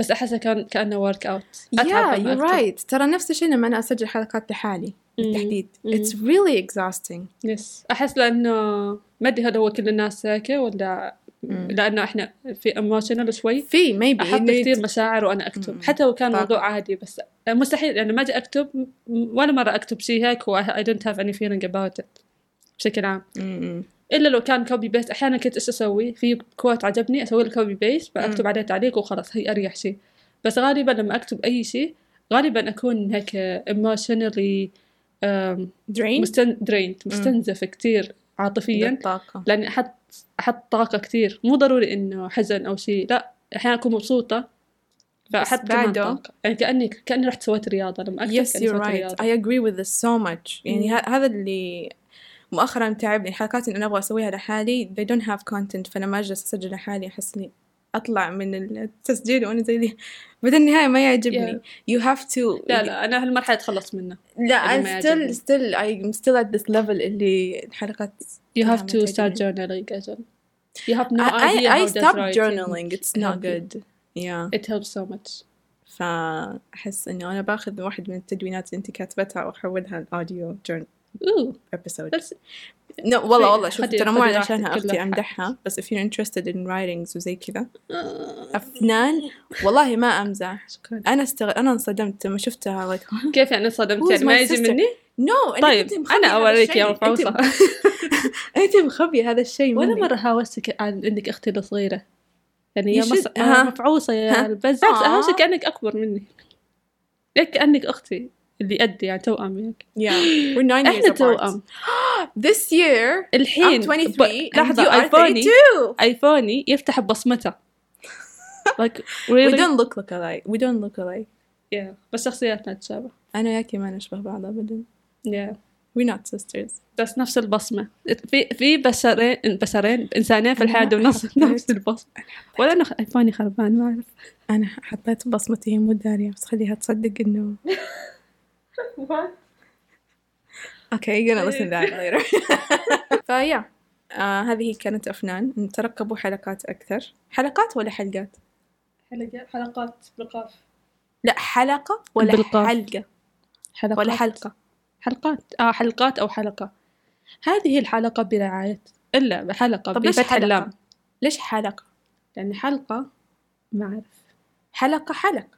[SPEAKER 2] بس أحسها كان كأنه ورك أوت
[SPEAKER 1] yeah you're right ترى نفس الشيء لما أنا أسجل حلقات لحالي بالتحديد
[SPEAKER 2] مم.
[SPEAKER 1] it's really exhausting
[SPEAKER 2] يس أحس لأنه ما أدري هل هو كل الناس ساكة ولا
[SPEAKER 1] مم.
[SPEAKER 2] لأنه إحنا في ايموشنال شوي
[SPEAKER 1] في maybe
[SPEAKER 2] أحط
[SPEAKER 1] إنه
[SPEAKER 2] كثير مشاعر وأنا أكتب
[SPEAKER 1] مم.
[SPEAKER 2] حتى لو كان
[SPEAKER 1] طاقة.
[SPEAKER 2] موضوع عادي بس مستحيل يعني ما أجي أكتب م- ولا مرة أكتب شيء هيك و I don't have any feeling about it بشكل عام
[SPEAKER 1] مم.
[SPEAKER 2] الا لو كان كوبي بيست احيانا كنت ايش اسوي في كوت عجبني اسوي له كوبي بيست بكتب
[SPEAKER 1] مم.
[SPEAKER 2] عليه تعليق وخلاص هي اريح شيء بس غالبا لما اكتب اي شيء غالبا اكون هيك emotionally um,
[SPEAKER 1] درين
[SPEAKER 2] مستن drained مستنزف كتير عاطفيا
[SPEAKER 1] بالطاقة
[SPEAKER 2] لاني احط احط طاقه كتير مو ضروري انه حزن او شيء لا احيانا اكون مبسوطه فاحط
[SPEAKER 1] بس
[SPEAKER 2] كمان
[SPEAKER 1] بعده-
[SPEAKER 2] طاقه يعني كاني كاني رحت سويت رياضه لما اكتب
[SPEAKER 1] yes
[SPEAKER 2] كاني
[SPEAKER 1] you're
[SPEAKER 2] سويت
[SPEAKER 1] right
[SPEAKER 2] رياضه
[SPEAKER 1] I agree with this so much يعني
[SPEAKER 2] مم.
[SPEAKER 1] ه- هذا اللي مؤخرا تعبني الحلقات اللي أنا أبغى أسويها لحالي they don't have content فلما أجلس أسجل لحالي أحس إني أطلع من التسجيل وأنا زي دي بعدين النهاية ما يعجبني you have to
[SPEAKER 2] لا لا انا هالمرحله اتخلص منه
[SPEAKER 1] لا
[SPEAKER 2] اللي
[SPEAKER 1] I'm
[SPEAKER 2] ما
[SPEAKER 1] still still
[SPEAKER 2] يعجبني.
[SPEAKER 1] I'm still at this level اللي الحلقات
[SPEAKER 2] You
[SPEAKER 1] كلها
[SPEAKER 2] have
[SPEAKER 1] ما
[SPEAKER 2] to start
[SPEAKER 1] تعجبني.
[SPEAKER 2] journaling أجل. You have no
[SPEAKER 1] I,
[SPEAKER 2] idea
[SPEAKER 1] I, I
[SPEAKER 2] how does
[SPEAKER 1] stopped
[SPEAKER 2] writing
[SPEAKER 1] journaling it's not
[SPEAKER 2] help you.
[SPEAKER 1] good yeah
[SPEAKER 2] It helps so much.
[SPEAKER 1] فأحس إنه أنا باخذ واحد من التدوينات اللي أنت كاتبتها وأحولها لأوديو جورنال
[SPEAKER 2] اوه
[SPEAKER 1] episode
[SPEAKER 2] بس
[SPEAKER 1] لا والله والله شوف
[SPEAKER 2] خدي-
[SPEAKER 1] ترى مو
[SPEAKER 2] خدي
[SPEAKER 1] علشان
[SPEAKER 2] راحتك،
[SPEAKER 1] أختي
[SPEAKER 2] كلها
[SPEAKER 1] أمدحها بس if you're interested in writings وزي كذا
[SPEAKER 2] آه،
[SPEAKER 1] أفنان والله ما أمزح
[SPEAKER 2] شكرا
[SPEAKER 1] أنا استغ... أنا انصدمت لما شفتها like
[SPEAKER 2] كيف يعني انصدمت
[SPEAKER 1] Who's
[SPEAKER 2] يعني ما
[SPEAKER 1] my
[SPEAKER 2] يجي
[SPEAKER 1] sister؟
[SPEAKER 2] مني؟
[SPEAKER 1] no
[SPEAKER 2] طيب انا اوريك يا رفوصة
[SPEAKER 1] أنت مخبي هذا الشيء
[SPEAKER 2] ولا
[SPEAKER 1] مني.
[SPEAKER 2] مرة هاوستك عن انك اختي الصغيرة يعني يا
[SPEAKER 1] You
[SPEAKER 2] مص...
[SPEAKER 1] should- ها.
[SPEAKER 2] مفعوصة يا
[SPEAKER 1] ها.
[SPEAKER 2] بالعكس
[SPEAKER 1] آه.
[SPEAKER 2] هاوستك كأنك اكبر مني لك كأنك اختي اللي قد يعني توأم يعني
[SPEAKER 1] yeah we're nine years
[SPEAKER 2] احنا
[SPEAKER 1] apart
[SPEAKER 2] توأم
[SPEAKER 1] this year
[SPEAKER 2] الحين
[SPEAKER 1] I'm
[SPEAKER 2] ب-
[SPEAKER 1] 23 and you
[SPEAKER 2] لحظة
[SPEAKER 1] are
[SPEAKER 2] ايفوني
[SPEAKER 1] 32
[SPEAKER 2] ايفوني يفتح ببصمته like
[SPEAKER 1] we
[SPEAKER 2] really
[SPEAKER 1] don't look alike we don't look alike
[SPEAKER 2] yeah. بس شخصياتنا تشابه
[SPEAKER 1] أنا وياكي ما نشبه بعض أبدا
[SPEAKER 2] yeah.
[SPEAKER 1] we're not sisters
[SPEAKER 2] بس نفس البصمة في في بشرين بشرين إنسانين في الحياة دول نفس نفس البصمة ولا أنا خ- أيفوني خربان ما أعرف
[SPEAKER 1] أنا حطيت بصمتي مو دارية بس خليها تصدق إنه okay gonna listen to that later فيا آه هذه كانت أفنان ترقبوا حلقات أكثر حلقات ولا حلقات؟
[SPEAKER 2] حلقات بالقاف
[SPEAKER 1] لا حلقة ولا
[SPEAKER 2] بالقاف.
[SPEAKER 1] حلقة
[SPEAKER 2] حلقات
[SPEAKER 1] ولا حلقة
[SPEAKER 2] حلقات آه حلقات أو حلقة هذه الحلقة برعاية إلا حلقة
[SPEAKER 1] طب ليش
[SPEAKER 2] بفتح
[SPEAKER 1] حلقة؟
[SPEAKER 2] اللام
[SPEAKER 1] ليش حلقة؟
[SPEAKER 2] يعني حلقة ما أعرف
[SPEAKER 1] حلقة حلقة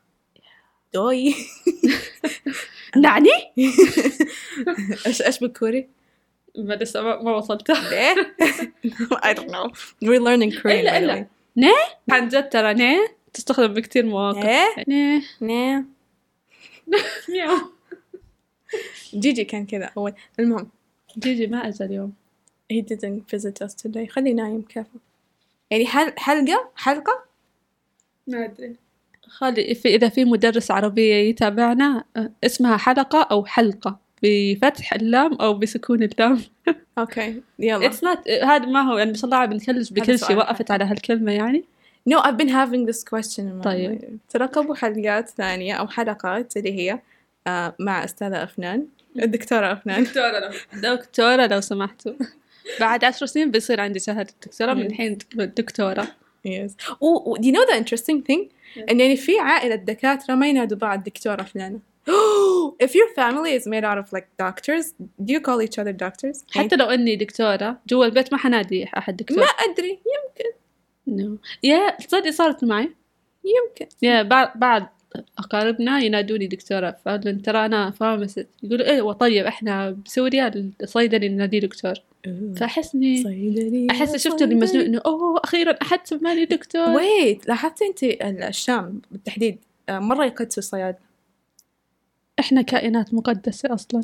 [SPEAKER 1] دوي
[SPEAKER 2] نعني؟
[SPEAKER 1] ايش ايش بالكوري؟
[SPEAKER 2] ما لسه ما- ما وصلت
[SPEAKER 1] ليه؟ I don't know we're learning Korean
[SPEAKER 2] إلا-
[SPEAKER 1] by the
[SPEAKER 2] إلا.
[SPEAKER 1] way
[SPEAKER 2] عن جد ترى نه تستخدم بكتير مواقف
[SPEAKER 1] ايه
[SPEAKER 2] نه
[SPEAKER 1] نعم
[SPEAKER 2] مياو.
[SPEAKER 1] جيجي كان كذا أول المهم
[SPEAKER 2] جيجي ما أجى اليوم
[SPEAKER 1] he didn't visit us today خليه نايم كافي يعني حل... حلقة حلقة
[SPEAKER 2] ما أدري خالي في إذا في مدرس عربية يتابعنا أه، اسمها حلقة أو حلقة بفتح اللام أو بسكون اللام
[SPEAKER 1] اوكي يلا
[SPEAKER 2] اتس نوت هذا ما هو يعني بصراحة بنكلش بكل
[SPEAKER 1] سؤال
[SPEAKER 2] شيء وقفت على هالكلمة يعني
[SPEAKER 1] no I've been having this question in my
[SPEAKER 2] طيب.
[SPEAKER 1] mind. ترقبوا حلقات ثانية أو حلقات اللي هي آه مع أستاذة أفنان الدكتورة أفنان
[SPEAKER 2] دكتورة لو دكتورة لو سمحتوا بعد عشر سنين بيصير عندي شهادة دكتوراه من الحين دكتورة
[SPEAKER 1] yes و و- do you know the interesting thing
[SPEAKER 2] Yeah.
[SPEAKER 1] إن يعني في عائلة دكاترة ما ينادوا بعض دكتورة فلانة if your family is made out of like doctors do you call each other doctors يعني-
[SPEAKER 2] حتى لو إني دكتورة جوا البيت ما حنادي أحد
[SPEAKER 1] ما
[SPEAKER 2] دكتور
[SPEAKER 1] أدري يمكن
[SPEAKER 2] نو يا تصدقي صارت معي
[SPEAKER 1] يمكن
[SPEAKER 2] يا بعض بعض أقاربنا ينادوني دكتورة فأقول لهم ترى أنا فارماسيست يقولوا إيه وطيب إحنا بسوريا الصيدلي يناديه دكتور فأحس إني
[SPEAKER 1] صيدلي
[SPEAKER 2] أحس شفت اللي مجنون إنه أوه أخيرا أحد سماني دكتور
[SPEAKER 1] ويت طيب. لاحظتي انت ال- الشام بالتحديد آه، مره يقدسوا الصياد
[SPEAKER 2] إحنا كائنات مقدسة أصلا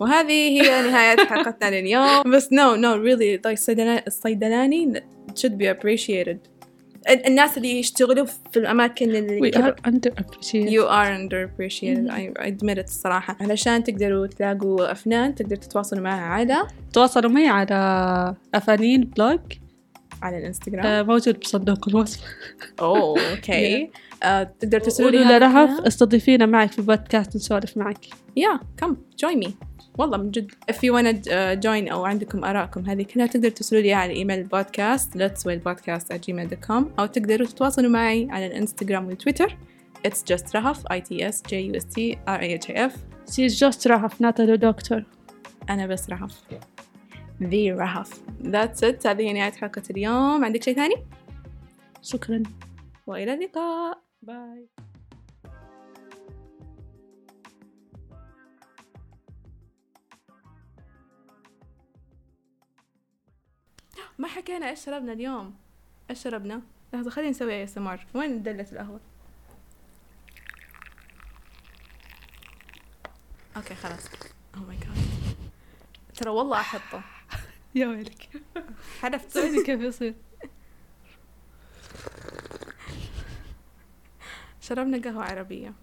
[SPEAKER 1] وهذه هي نهايه حلقتنا لليوم بس نو نو ريلي الصيدلاني الصيدلاني should be appreciated ال- الناس اللي يشتغلوا في الاماكن اللي
[SPEAKER 2] We Mm-hmm.
[SPEAKER 1] كذا.
[SPEAKER 2] are under appreciated
[SPEAKER 1] You are underappreciated I I admit it الصراحة علشان تقدروا تلاقوا أفنان تقدروا تتواصلوا معها على
[SPEAKER 2] تواصلوا معي على أفانين بلوج
[SPEAKER 1] على الانستغرام
[SPEAKER 2] آه، موجود بصندوق الوصف
[SPEAKER 1] اوه اوكي آه، تقدروا ترسلوا
[SPEAKER 2] قولوا
[SPEAKER 1] لها
[SPEAKER 2] لرهف استضيفينا معك في بودكاست نسولف معك
[SPEAKER 1] يا كم join me والله من جد if you wanna uh, join أو عندكم آرائكم هذه كلها تقدروا ترسلوا لي على إيميل البودكاست letswellpodcast at gmail.com أو تقدروا تتواصلوا معي على الإنستغرام والتويتر it's just رهف i t s j u s t r a h f
[SPEAKER 2] سي جوست رهف ناتالو دكتور
[SPEAKER 1] أنا بس رهف ذي رهف that's it هذه هي نهاية حلقة اليوم عندك شيء ثاني؟
[SPEAKER 2] شكرا
[SPEAKER 1] وإلى اللقاء
[SPEAKER 2] باي
[SPEAKER 1] ما حكينا ايش شربنا اليوم ايش شربنا لحظة خلينا نسوي اي سمار وين دلة القهوة اوكي خلاص او ماي جاد ترى والله احطه
[SPEAKER 2] يا ويلك
[SPEAKER 1] حلفت
[SPEAKER 2] سويني كيف يصير
[SPEAKER 1] شربنا قهوة عربية